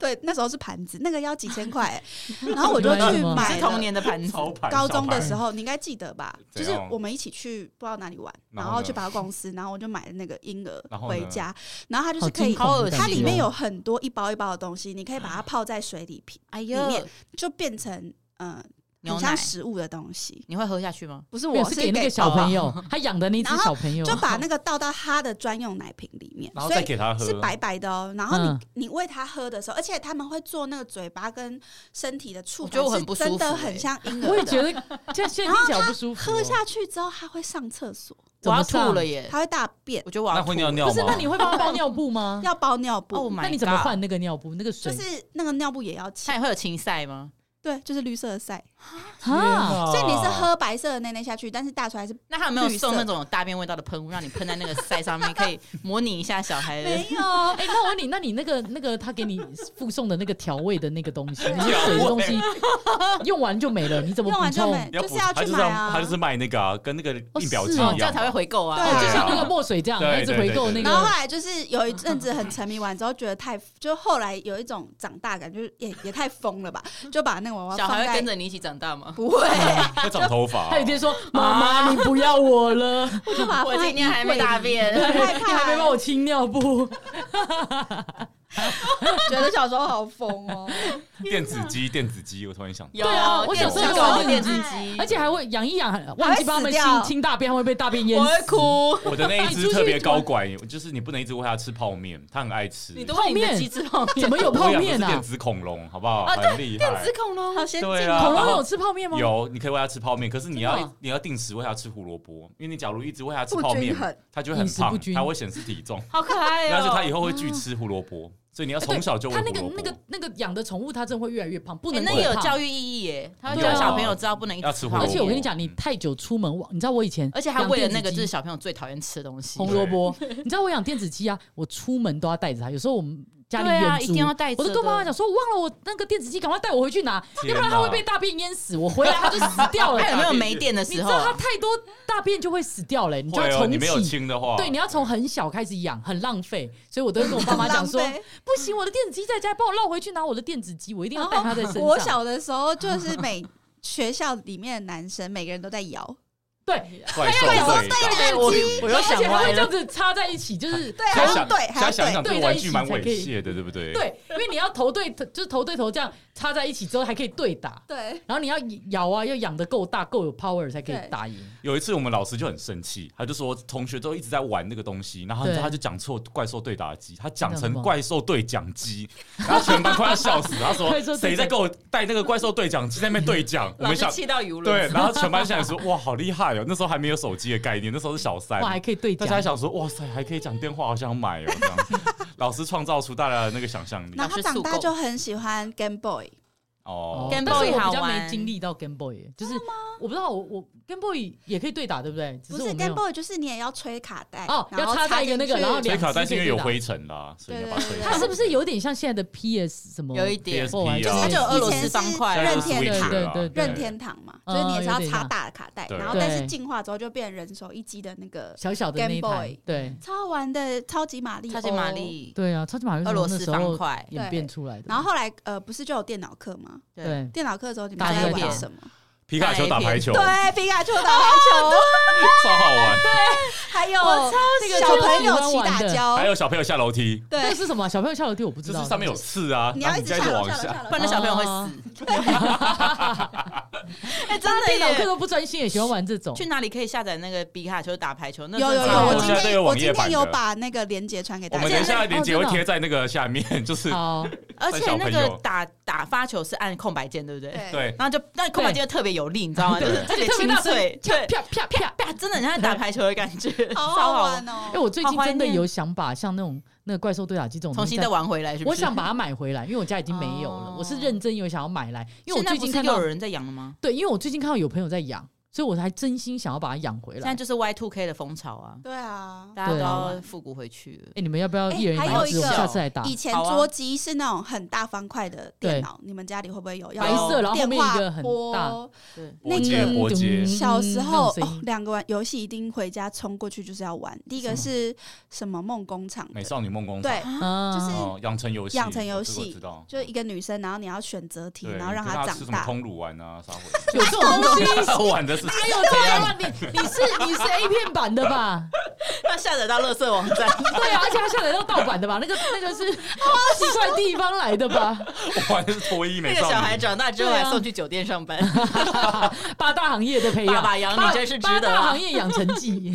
[SPEAKER 1] 对那时候是盘子，那个要几千块、 欸然后我就
[SPEAKER 4] 你买
[SPEAKER 1] 去
[SPEAKER 4] 什么
[SPEAKER 1] 买
[SPEAKER 3] 是
[SPEAKER 1] 了
[SPEAKER 3] 童年 的盘子，
[SPEAKER 2] 超盘
[SPEAKER 1] 高中的时
[SPEAKER 2] 候，
[SPEAKER 1] 候，你应该记得吧？就是
[SPEAKER 2] 怎样
[SPEAKER 1] 我们一起去不知道哪里玩，然
[SPEAKER 2] 然后
[SPEAKER 1] 后
[SPEAKER 2] 呢
[SPEAKER 1] 去百货公司，然后我就买了那个婴儿
[SPEAKER 2] 然后
[SPEAKER 1] 回
[SPEAKER 2] 呢
[SPEAKER 1] 家，然后它就
[SPEAKER 4] 好
[SPEAKER 1] 是可以
[SPEAKER 4] 惊，恐的
[SPEAKER 1] 它
[SPEAKER 4] 感觉哦
[SPEAKER 1] 里面有很多一包一包的东西，你可以把
[SPEAKER 2] 哎
[SPEAKER 1] 它泡在水里皮，
[SPEAKER 3] 哎
[SPEAKER 1] 里
[SPEAKER 3] 呦
[SPEAKER 1] 面，就变成嗯、呃、
[SPEAKER 3] 牛
[SPEAKER 1] 很
[SPEAKER 3] 奶
[SPEAKER 1] 像，食物的东西。
[SPEAKER 3] 你会喝下去吗？
[SPEAKER 1] 不是
[SPEAKER 4] 没有
[SPEAKER 1] 我
[SPEAKER 4] 是
[SPEAKER 1] 给啊
[SPEAKER 4] 给那个小朋友， 他养的那只
[SPEAKER 1] 然后
[SPEAKER 4] 小朋友，
[SPEAKER 1] 就把那个倒到他的专用奶瓶里面，
[SPEAKER 2] 然后
[SPEAKER 1] 所
[SPEAKER 2] 再
[SPEAKER 1] 以
[SPEAKER 2] 给他喝，啊
[SPEAKER 1] 是白白的哦。然后你、
[SPEAKER 4] 嗯
[SPEAKER 1] 你喂他喝的时候，而且他们会做那个嘴巴跟身体的触
[SPEAKER 3] 我觉得我
[SPEAKER 1] 感，
[SPEAKER 3] 很
[SPEAKER 1] 是
[SPEAKER 3] 不舒
[SPEAKER 1] 真的
[SPEAKER 3] 服
[SPEAKER 1] 很
[SPEAKER 3] 欸
[SPEAKER 1] 像 婴儿。
[SPEAKER 4] 我也觉，得 这现在听起来好不舒服哦。
[SPEAKER 1] 喝下去之后他会上厕所，
[SPEAKER 3] 我要吐了耶！
[SPEAKER 1] 他会大便，
[SPEAKER 3] 我觉得我
[SPEAKER 2] 那
[SPEAKER 3] 要
[SPEAKER 2] 会
[SPEAKER 3] 吐。
[SPEAKER 2] 尿尿
[SPEAKER 4] 不
[SPEAKER 2] 吗？
[SPEAKER 4] 是，那你会帮他包尿 布吗？
[SPEAKER 1] 要包尿布。
[SPEAKER 3] Oh my
[SPEAKER 4] 那你怎么换那个尿布？那个
[SPEAKER 1] 就
[SPEAKER 4] 水
[SPEAKER 1] 是那个尿布也要
[SPEAKER 3] 它
[SPEAKER 1] 钱，
[SPEAKER 3] 也会有芹菜吗？
[SPEAKER 1] 对，就是绿色的塞，
[SPEAKER 4] 啊，
[SPEAKER 2] 哦
[SPEAKER 1] 所以你是喝白色的内内下去，但是大出来是
[SPEAKER 3] 那他有没有
[SPEAKER 1] 绿色
[SPEAKER 3] 送那种有大便味道的喷雾，让你喷在那个塞上面，可以模拟一下小孩的？
[SPEAKER 1] 有。
[SPEAKER 4] 哎，那我问你，那你那个那个他给你附送的那个调味的那个东 西，那个水的东西 用完就没了，你怎么
[SPEAKER 1] 用完
[SPEAKER 4] 补
[SPEAKER 1] 就
[SPEAKER 4] 充？
[SPEAKER 1] 没，
[SPEAKER 2] 要
[SPEAKER 1] 就是
[SPEAKER 2] 补
[SPEAKER 1] 要去
[SPEAKER 2] 他就是
[SPEAKER 1] 买啊，
[SPEAKER 2] 他就是卖那个啊，跟那个印表机一
[SPEAKER 4] 是哦
[SPEAKER 2] 样，
[SPEAKER 3] 这样才会回购啊！
[SPEAKER 1] 对
[SPEAKER 4] 就
[SPEAKER 2] 对
[SPEAKER 4] 像
[SPEAKER 2] 啊
[SPEAKER 4] 那个墨水这样，
[SPEAKER 2] 对
[SPEAKER 4] 一直回购那
[SPEAKER 2] 对
[SPEAKER 1] 然后后
[SPEAKER 4] 个。
[SPEAKER 1] 来就是有一阵子很沉迷玩之后，觉得太就后来有一种长大感，就是也也太疯了吧，就把那个娃娃
[SPEAKER 3] 小
[SPEAKER 1] 放
[SPEAKER 3] 孩会
[SPEAKER 1] 在
[SPEAKER 3] 跟着你一起长大吗？
[SPEAKER 1] 不会，
[SPEAKER 2] 会长 头发。啊
[SPEAKER 4] 他有一天说：“妈妈，你不要我了，
[SPEAKER 1] 我就把它
[SPEAKER 3] 我
[SPEAKER 1] 放在
[SPEAKER 3] 今天还
[SPEAKER 1] 衣
[SPEAKER 3] 没
[SPEAKER 1] 柜
[SPEAKER 3] 大
[SPEAKER 1] 里
[SPEAKER 3] 便，
[SPEAKER 1] 很害
[SPEAKER 4] 你还没帮
[SPEAKER 1] 怕
[SPEAKER 4] 我，清尿布。
[SPEAKER 1] 觉得小时候好疯哦。
[SPEAKER 2] 电子鸡，电子鸡，我突然想到，
[SPEAKER 3] 有
[SPEAKER 4] 对啊我
[SPEAKER 2] 小时候
[SPEAKER 3] 电
[SPEAKER 2] 有
[SPEAKER 3] 子
[SPEAKER 4] 玩
[SPEAKER 3] 狗电子
[SPEAKER 1] 过
[SPEAKER 3] 鸡，”
[SPEAKER 4] 而且还会养一养，忘记帮他
[SPEAKER 1] 还会死
[SPEAKER 4] 们清
[SPEAKER 1] 掉
[SPEAKER 4] 清大便，还会被大便淹
[SPEAKER 3] 我
[SPEAKER 4] 死。
[SPEAKER 3] 会哭。
[SPEAKER 2] 我的那一
[SPEAKER 4] 你
[SPEAKER 2] 只
[SPEAKER 4] 哎出去
[SPEAKER 2] 特别高拐，就是你不能一直喂它吃泡面，它很爱吃。
[SPEAKER 3] 你都会你的鸡翅泡面
[SPEAKER 4] 怎么有泡
[SPEAKER 2] 我养的是
[SPEAKER 4] 面
[SPEAKER 2] 电
[SPEAKER 4] 啊？
[SPEAKER 2] 子恐龙，好不好？
[SPEAKER 3] 啊
[SPEAKER 2] 很厉害。
[SPEAKER 3] 恐龙
[SPEAKER 1] 好先进
[SPEAKER 2] 对啊
[SPEAKER 1] 哦，
[SPEAKER 4] 恐龙有吃泡面吗？。
[SPEAKER 2] 有，你可以喂它吃泡面，可是你
[SPEAKER 4] 真的
[SPEAKER 2] 要
[SPEAKER 4] 哦
[SPEAKER 2] 你要定时喂它吃胡萝卜，因为你假如一直喂它吃
[SPEAKER 1] 不
[SPEAKER 2] 泡面
[SPEAKER 1] 均，衡。
[SPEAKER 2] 它就会很
[SPEAKER 4] 饮食不
[SPEAKER 2] 胖，
[SPEAKER 4] 均
[SPEAKER 2] 它会显示体重，
[SPEAKER 3] 好可爱
[SPEAKER 2] 但是它以
[SPEAKER 3] 哦！
[SPEAKER 2] 后会拒吃胡萝卜，所以你要从小就喂
[SPEAKER 4] 他啊那
[SPEAKER 2] 胡
[SPEAKER 4] 个
[SPEAKER 2] 萝卜。
[SPEAKER 4] 那个那个养的宠物，它真的会越来越胖，不
[SPEAKER 3] 欸
[SPEAKER 4] 能
[SPEAKER 3] 那
[SPEAKER 4] 过
[SPEAKER 3] 也有
[SPEAKER 4] 胖
[SPEAKER 3] 教育意义耶，他会
[SPEAKER 4] 对
[SPEAKER 3] 教
[SPEAKER 4] 啊
[SPEAKER 3] 小朋友知道不能一
[SPEAKER 2] 要
[SPEAKER 3] 直
[SPEAKER 2] 吃
[SPEAKER 3] 吃
[SPEAKER 2] 胡萝
[SPEAKER 3] 泡
[SPEAKER 2] 卜
[SPEAKER 4] 而
[SPEAKER 3] 面
[SPEAKER 4] 且我跟你讲，
[SPEAKER 2] 嗯
[SPEAKER 4] 你太久出门玩，你知道我以前，
[SPEAKER 3] 而且他为了那个就是。小朋友最讨厌吃的东西，
[SPEAKER 4] 红萝卜，你知道我养电子鸡啊，我出门都要带着它。有时候我们家里
[SPEAKER 3] 对啊，
[SPEAKER 4] 远
[SPEAKER 3] 一
[SPEAKER 4] 足，
[SPEAKER 3] 定要带着
[SPEAKER 4] 我
[SPEAKER 3] 的。
[SPEAKER 4] 都跟妈妈讲说，我忘了我那个电子鸡，赶快带我回去拿，要
[SPEAKER 2] 天
[SPEAKER 4] 不
[SPEAKER 2] 哪
[SPEAKER 4] 然它会被大便淹死。我回来它就死掉 了
[SPEAKER 3] 他哎。有没有没电的
[SPEAKER 4] 你
[SPEAKER 3] 时
[SPEAKER 4] 知
[SPEAKER 3] 候
[SPEAKER 4] 道它
[SPEAKER 3] 啊？
[SPEAKER 4] 太多大便就会死掉嘞、你就
[SPEAKER 2] 会
[SPEAKER 4] 要
[SPEAKER 2] 哦，你
[SPEAKER 4] 重
[SPEAKER 2] 没有
[SPEAKER 4] 启。
[SPEAKER 2] 清的话，
[SPEAKER 4] 对，你要从很小开始养，很浪费，所以我都会跟我爸妈讲说，
[SPEAKER 1] 很浪费
[SPEAKER 4] 不行，我的电子鸡在家，帮我绕回去拿我的电子鸡，我一定要带
[SPEAKER 3] 哦
[SPEAKER 4] 它在身上。
[SPEAKER 1] 我小的时候就是每学校里面的男生每个人都在摇，
[SPEAKER 4] 对，
[SPEAKER 2] 怪兽
[SPEAKER 1] 怪兽对
[SPEAKER 2] 对打。
[SPEAKER 1] 对
[SPEAKER 3] 我我又
[SPEAKER 4] 而
[SPEAKER 3] 想
[SPEAKER 4] 且还
[SPEAKER 3] 歪
[SPEAKER 4] 会这
[SPEAKER 3] 了
[SPEAKER 4] 样，子插在一起，就是
[SPEAKER 1] 对，还要
[SPEAKER 2] 现在想，
[SPEAKER 1] 对，
[SPEAKER 2] 现
[SPEAKER 1] 还
[SPEAKER 2] 在
[SPEAKER 1] 要
[SPEAKER 2] 想想，
[SPEAKER 1] 对，
[SPEAKER 2] 这个玩具蛮猥亵的，对不对？
[SPEAKER 4] 对，因为你要头对头，就是头对头这样插在一起之后，还可以对打，
[SPEAKER 1] 对，
[SPEAKER 4] 然后你要咬啊，要养的够大，够有 power 才可以打赢。
[SPEAKER 2] 有一次我们老师就很生气，他就说同学都一直在玩那个东西，然后
[SPEAKER 4] 对
[SPEAKER 2] 他就讲错怪兽对打机，他讲
[SPEAKER 4] 你讲什
[SPEAKER 2] 成
[SPEAKER 4] 么
[SPEAKER 2] 怪兽对讲机，然后全班快要笑死。他
[SPEAKER 4] 怪兽
[SPEAKER 2] 说
[SPEAKER 4] 对讲
[SPEAKER 2] 谁在跟我带那个怪兽对讲机在那边对讲？我
[SPEAKER 3] 老
[SPEAKER 2] 们
[SPEAKER 3] 师
[SPEAKER 2] 想
[SPEAKER 3] 气到语无伦
[SPEAKER 2] 对，
[SPEAKER 3] 次。
[SPEAKER 2] 然后全班现在说哇好厉害哦，那时候还没有手机的概念，那时候是小三
[SPEAKER 4] 哇，。还可以对
[SPEAKER 2] 大家还
[SPEAKER 4] 讲，
[SPEAKER 2] 想说，哇塞，还可以讲电话，好想买哦！这 样子，老师创造出大家的那个想象力
[SPEAKER 1] 然后他长大就很喜欢 Game Boy，
[SPEAKER 2] 哦。
[SPEAKER 4] 但
[SPEAKER 3] Game
[SPEAKER 4] 是我
[SPEAKER 3] Boy
[SPEAKER 4] 比
[SPEAKER 3] 好
[SPEAKER 4] 较
[SPEAKER 3] 玩
[SPEAKER 4] 没经历到 Game Boy，耶就是我不知道我我 Game Boy 也可以对打，对不对？只
[SPEAKER 1] 不
[SPEAKER 4] 我
[SPEAKER 1] 是
[SPEAKER 4] 没
[SPEAKER 1] Game
[SPEAKER 4] 有
[SPEAKER 1] Boy 就是你也要吹卡带
[SPEAKER 4] 哦
[SPEAKER 1] 然
[SPEAKER 4] 要
[SPEAKER 1] 后
[SPEAKER 4] 插在一个
[SPEAKER 1] 进
[SPEAKER 4] 那个
[SPEAKER 1] 去
[SPEAKER 4] 然后两
[SPEAKER 2] 吹卡，但是因为有
[SPEAKER 4] 两只
[SPEAKER 2] 灰尘啦，所以要把
[SPEAKER 1] 对对
[SPEAKER 2] 吹
[SPEAKER 1] 对
[SPEAKER 2] 卡
[SPEAKER 4] 它是不是有点像现在的 PS 什么？
[SPEAKER 3] 有一点
[SPEAKER 2] PSP
[SPEAKER 4] 哦
[SPEAKER 2] 啊
[SPEAKER 4] 就是
[SPEAKER 3] 它就有俄罗斯方块啊，
[SPEAKER 1] 以前是任天堂
[SPEAKER 4] 对对对
[SPEAKER 1] 任天堂嘛，
[SPEAKER 4] 嗯
[SPEAKER 1] 所以你也是要
[SPEAKER 4] 有点
[SPEAKER 1] 插
[SPEAKER 4] 啊
[SPEAKER 1] 大的卡带，
[SPEAKER 2] 对
[SPEAKER 1] 然后但是
[SPEAKER 4] 对
[SPEAKER 1] 进化之后就变人手一机的那个
[SPEAKER 4] 小小的那一
[SPEAKER 1] Game
[SPEAKER 4] 台
[SPEAKER 1] Boy，
[SPEAKER 4] 对
[SPEAKER 1] 超好玩的超级玛丽，哦
[SPEAKER 3] 超级玛。丽、
[SPEAKER 4] 对啊，超级马里
[SPEAKER 3] 俄
[SPEAKER 4] 奥
[SPEAKER 3] 罗
[SPEAKER 4] 那
[SPEAKER 3] 斯
[SPEAKER 4] 时
[SPEAKER 3] 方
[SPEAKER 4] 候
[SPEAKER 3] 块，
[SPEAKER 4] 演变出来的。
[SPEAKER 1] 然后后来呃，不是就有电脑课吗？
[SPEAKER 3] 对，
[SPEAKER 4] 对，
[SPEAKER 1] 电脑课的时候你们
[SPEAKER 4] 打
[SPEAKER 1] 都在
[SPEAKER 4] 野
[SPEAKER 1] 玩
[SPEAKER 4] 打
[SPEAKER 1] 什么？
[SPEAKER 2] 皮卡丘打排球，
[SPEAKER 4] 哦
[SPEAKER 1] 对，皮卡丘打排球，
[SPEAKER 2] 超好玩。
[SPEAKER 1] 还有有
[SPEAKER 4] 那个
[SPEAKER 1] 小朋友
[SPEAKER 4] 超
[SPEAKER 1] 起
[SPEAKER 4] 喜欢玩
[SPEAKER 1] 打
[SPEAKER 4] 的
[SPEAKER 2] 还
[SPEAKER 1] 跤，
[SPEAKER 2] 有小朋友下楼梯，
[SPEAKER 4] 那
[SPEAKER 1] 对
[SPEAKER 4] 个，是什么啊？小朋友下楼梯我不知
[SPEAKER 2] 就
[SPEAKER 4] 道，
[SPEAKER 2] 是上面有刺啊，
[SPEAKER 1] 你
[SPEAKER 2] 然
[SPEAKER 1] 要
[SPEAKER 2] 后
[SPEAKER 1] 一
[SPEAKER 2] 你
[SPEAKER 1] 直
[SPEAKER 2] 再
[SPEAKER 1] 下
[SPEAKER 2] 一直
[SPEAKER 1] 楼
[SPEAKER 2] 往
[SPEAKER 1] 下楼
[SPEAKER 2] 下
[SPEAKER 1] 下。
[SPEAKER 3] 不然那小朋友会
[SPEAKER 4] 哦
[SPEAKER 3] 死。哦哎，真
[SPEAKER 4] 大家
[SPEAKER 3] 的
[SPEAKER 4] 电脑课
[SPEAKER 3] 耶！
[SPEAKER 4] 都不专心，也喜欢玩这种。
[SPEAKER 3] 去哪里可以下载那个皮卡丘打排球？那
[SPEAKER 1] 有有
[SPEAKER 3] 真
[SPEAKER 1] 有，我今
[SPEAKER 2] 现在
[SPEAKER 3] 的是
[SPEAKER 2] 都有
[SPEAKER 1] 天我
[SPEAKER 2] 网
[SPEAKER 1] 今
[SPEAKER 2] 页版
[SPEAKER 1] 天
[SPEAKER 2] 的
[SPEAKER 1] 有把那个链接传给
[SPEAKER 2] 我
[SPEAKER 1] 大
[SPEAKER 2] 们
[SPEAKER 1] 家
[SPEAKER 2] 等一。下链接会
[SPEAKER 4] 哦真的哦
[SPEAKER 2] 贴在那个下面，就是
[SPEAKER 1] 哦
[SPEAKER 4] 好，
[SPEAKER 3] 而且
[SPEAKER 2] 小
[SPEAKER 3] 那
[SPEAKER 2] 朋
[SPEAKER 3] 个
[SPEAKER 2] 友
[SPEAKER 3] 打打发球是按空白键，对不对？
[SPEAKER 1] 对，
[SPEAKER 2] 对，
[SPEAKER 3] 然后就那空白键特别有力，你知道吗？就是特别
[SPEAKER 4] 特别
[SPEAKER 3] 清
[SPEAKER 4] 大声
[SPEAKER 3] 脆，对，
[SPEAKER 4] 啪啪啪！
[SPEAKER 3] 啪，真的很像打排球的感觉， 超
[SPEAKER 1] 好
[SPEAKER 3] 好
[SPEAKER 1] 好
[SPEAKER 3] 玩。
[SPEAKER 1] 玩哦
[SPEAKER 4] 哎，！我最近真
[SPEAKER 3] 好怀
[SPEAKER 4] 的
[SPEAKER 3] 念
[SPEAKER 4] 有想把像那种那个怪兽对打机这种
[SPEAKER 3] 重
[SPEAKER 4] 东西
[SPEAKER 3] 新再玩回来，是不
[SPEAKER 4] 我
[SPEAKER 3] 是？
[SPEAKER 4] 想把它买回来，因为我家已经没有了。
[SPEAKER 3] 哦
[SPEAKER 4] 我是认真有想要买来，因为
[SPEAKER 3] 现
[SPEAKER 4] 我
[SPEAKER 3] 在
[SPEAKER 4] 最
[SPEAKER 3] 不
[SPEAKER 4] 近
[SPEAKER 3] 是
[SPEAKER 4] 看
[SPEAKER 3] 又
[SPEAKER 4] 到
[SPEAKER 3] 有人在养了吗？
[SPEAKER 4] 对，因为我最近看到有朋友在养，所以我还真心想要把它养回
[SPEAKER 3] 现
[SPEAKER 4] 来。
[SPEAKER 3] 在
[SPEAKER 4] 哎、
[SPEAKER 3] 就是 Y two K 的风潮啊，
[SPEAKER 1] 对啊，
[SPEAKER 3] 大家都
[SPEAKER 4] 对啊
[SPEAKER 3] 要复古回去了。
[SPEAKER 4] 你们要不要
[SPEAKER 1] 哎
[SPEAKER 4] 一人买
[SPEAKER 1] 还
[SPEAKER 3] 有
[SPEAKER 4] 一只？
[SPEAKER 3] 一个
[SPEAKER 4] 我们下次来打。
[SPEAKER 1] 以前
[SPEAKER 3] 好啊
[SPEAKER 1] 桌机是那种很大方块的电脑，你们家里会不会有？要
[SPEAKER 4] 啊白色然后后面一个很
[SPEAKER 1] 拨
[SPEAKER 4] 大
[SPEAKER 3] 对，
[SPEAKER 1] 那
[SPEAKER 2] 伯爵
[SPEAKER 1] 个
[SPEAKER 2] 伯爵
[SPEAKER 4] 嗯
[SPEAKER 1] 小时候
[SPEAKER 4] 那种声音
[SPEAKER 1] 哦两、个玩游戏一定回家冲过去就是要玩，第一个
[SPEAKER 4] 嗯
[SPEAKER 1] 是什么梦工厂的
[SPEAKER 2] 美少女梦工厂，
[SPEAKER 1] 对，
[SPEAKER 4] 啊
[SPEAKER 1] 就是
[SPEAKER 2] 哦，养成游戏，
[SPEAKER 1] 养成游
[SPEAKER 2] 这个我
[SPEAKER 1] 戏
[SPEAKER 2] 知道，
[SPEAKER 1] 就一个女生，然后你要选择题，
[SPEAKER 2] 对，
[SPEAKER 1] 然后让
[SPEAKER 2] 你跟她
[SPEAKER 1] 长
[SPEAKER 2] 吃什么
[SPEAKER 1] 大。
[SPEAKER 2] 通乳丸啊， 啥回
[SPEAKER 4] 有这种东西。
[SPEAKER 2] 事？ 玩的是
[SPEAKER 4] 哪有这样啊？你你是你是 A 片版的吧？
[SPEAKER 3] 那下载到乐色网 站，
[SPEAKER 4] 对啊，而且它下载到盗版的吧？那个那个是奇怪地方来的吧？
[SPEAKER 2] 玩的是脱衣
[SPEAKER 3] 那
[SPEAKER 2] 美
[SPEAKER 3] 个
[SPEAKER 2] 少
[SPEAKER 3] 小孩
[SPEAKER 2] 女，
[SPEAKER 3] 长大之后
[SPEAKER 4] 对啊
[SPEAKER 3] 还送去酒店上班，
[SPEAKER 4] 八大行业的培养，
[SPEAKER 3] 爸爸养你真是值
[SPEAKER 4] 八
[SPEAKER 3] 得
[SPEAKER 4] 大
[SPEAKER 3] 啊
[SPEAKER 4] 行业养成 记，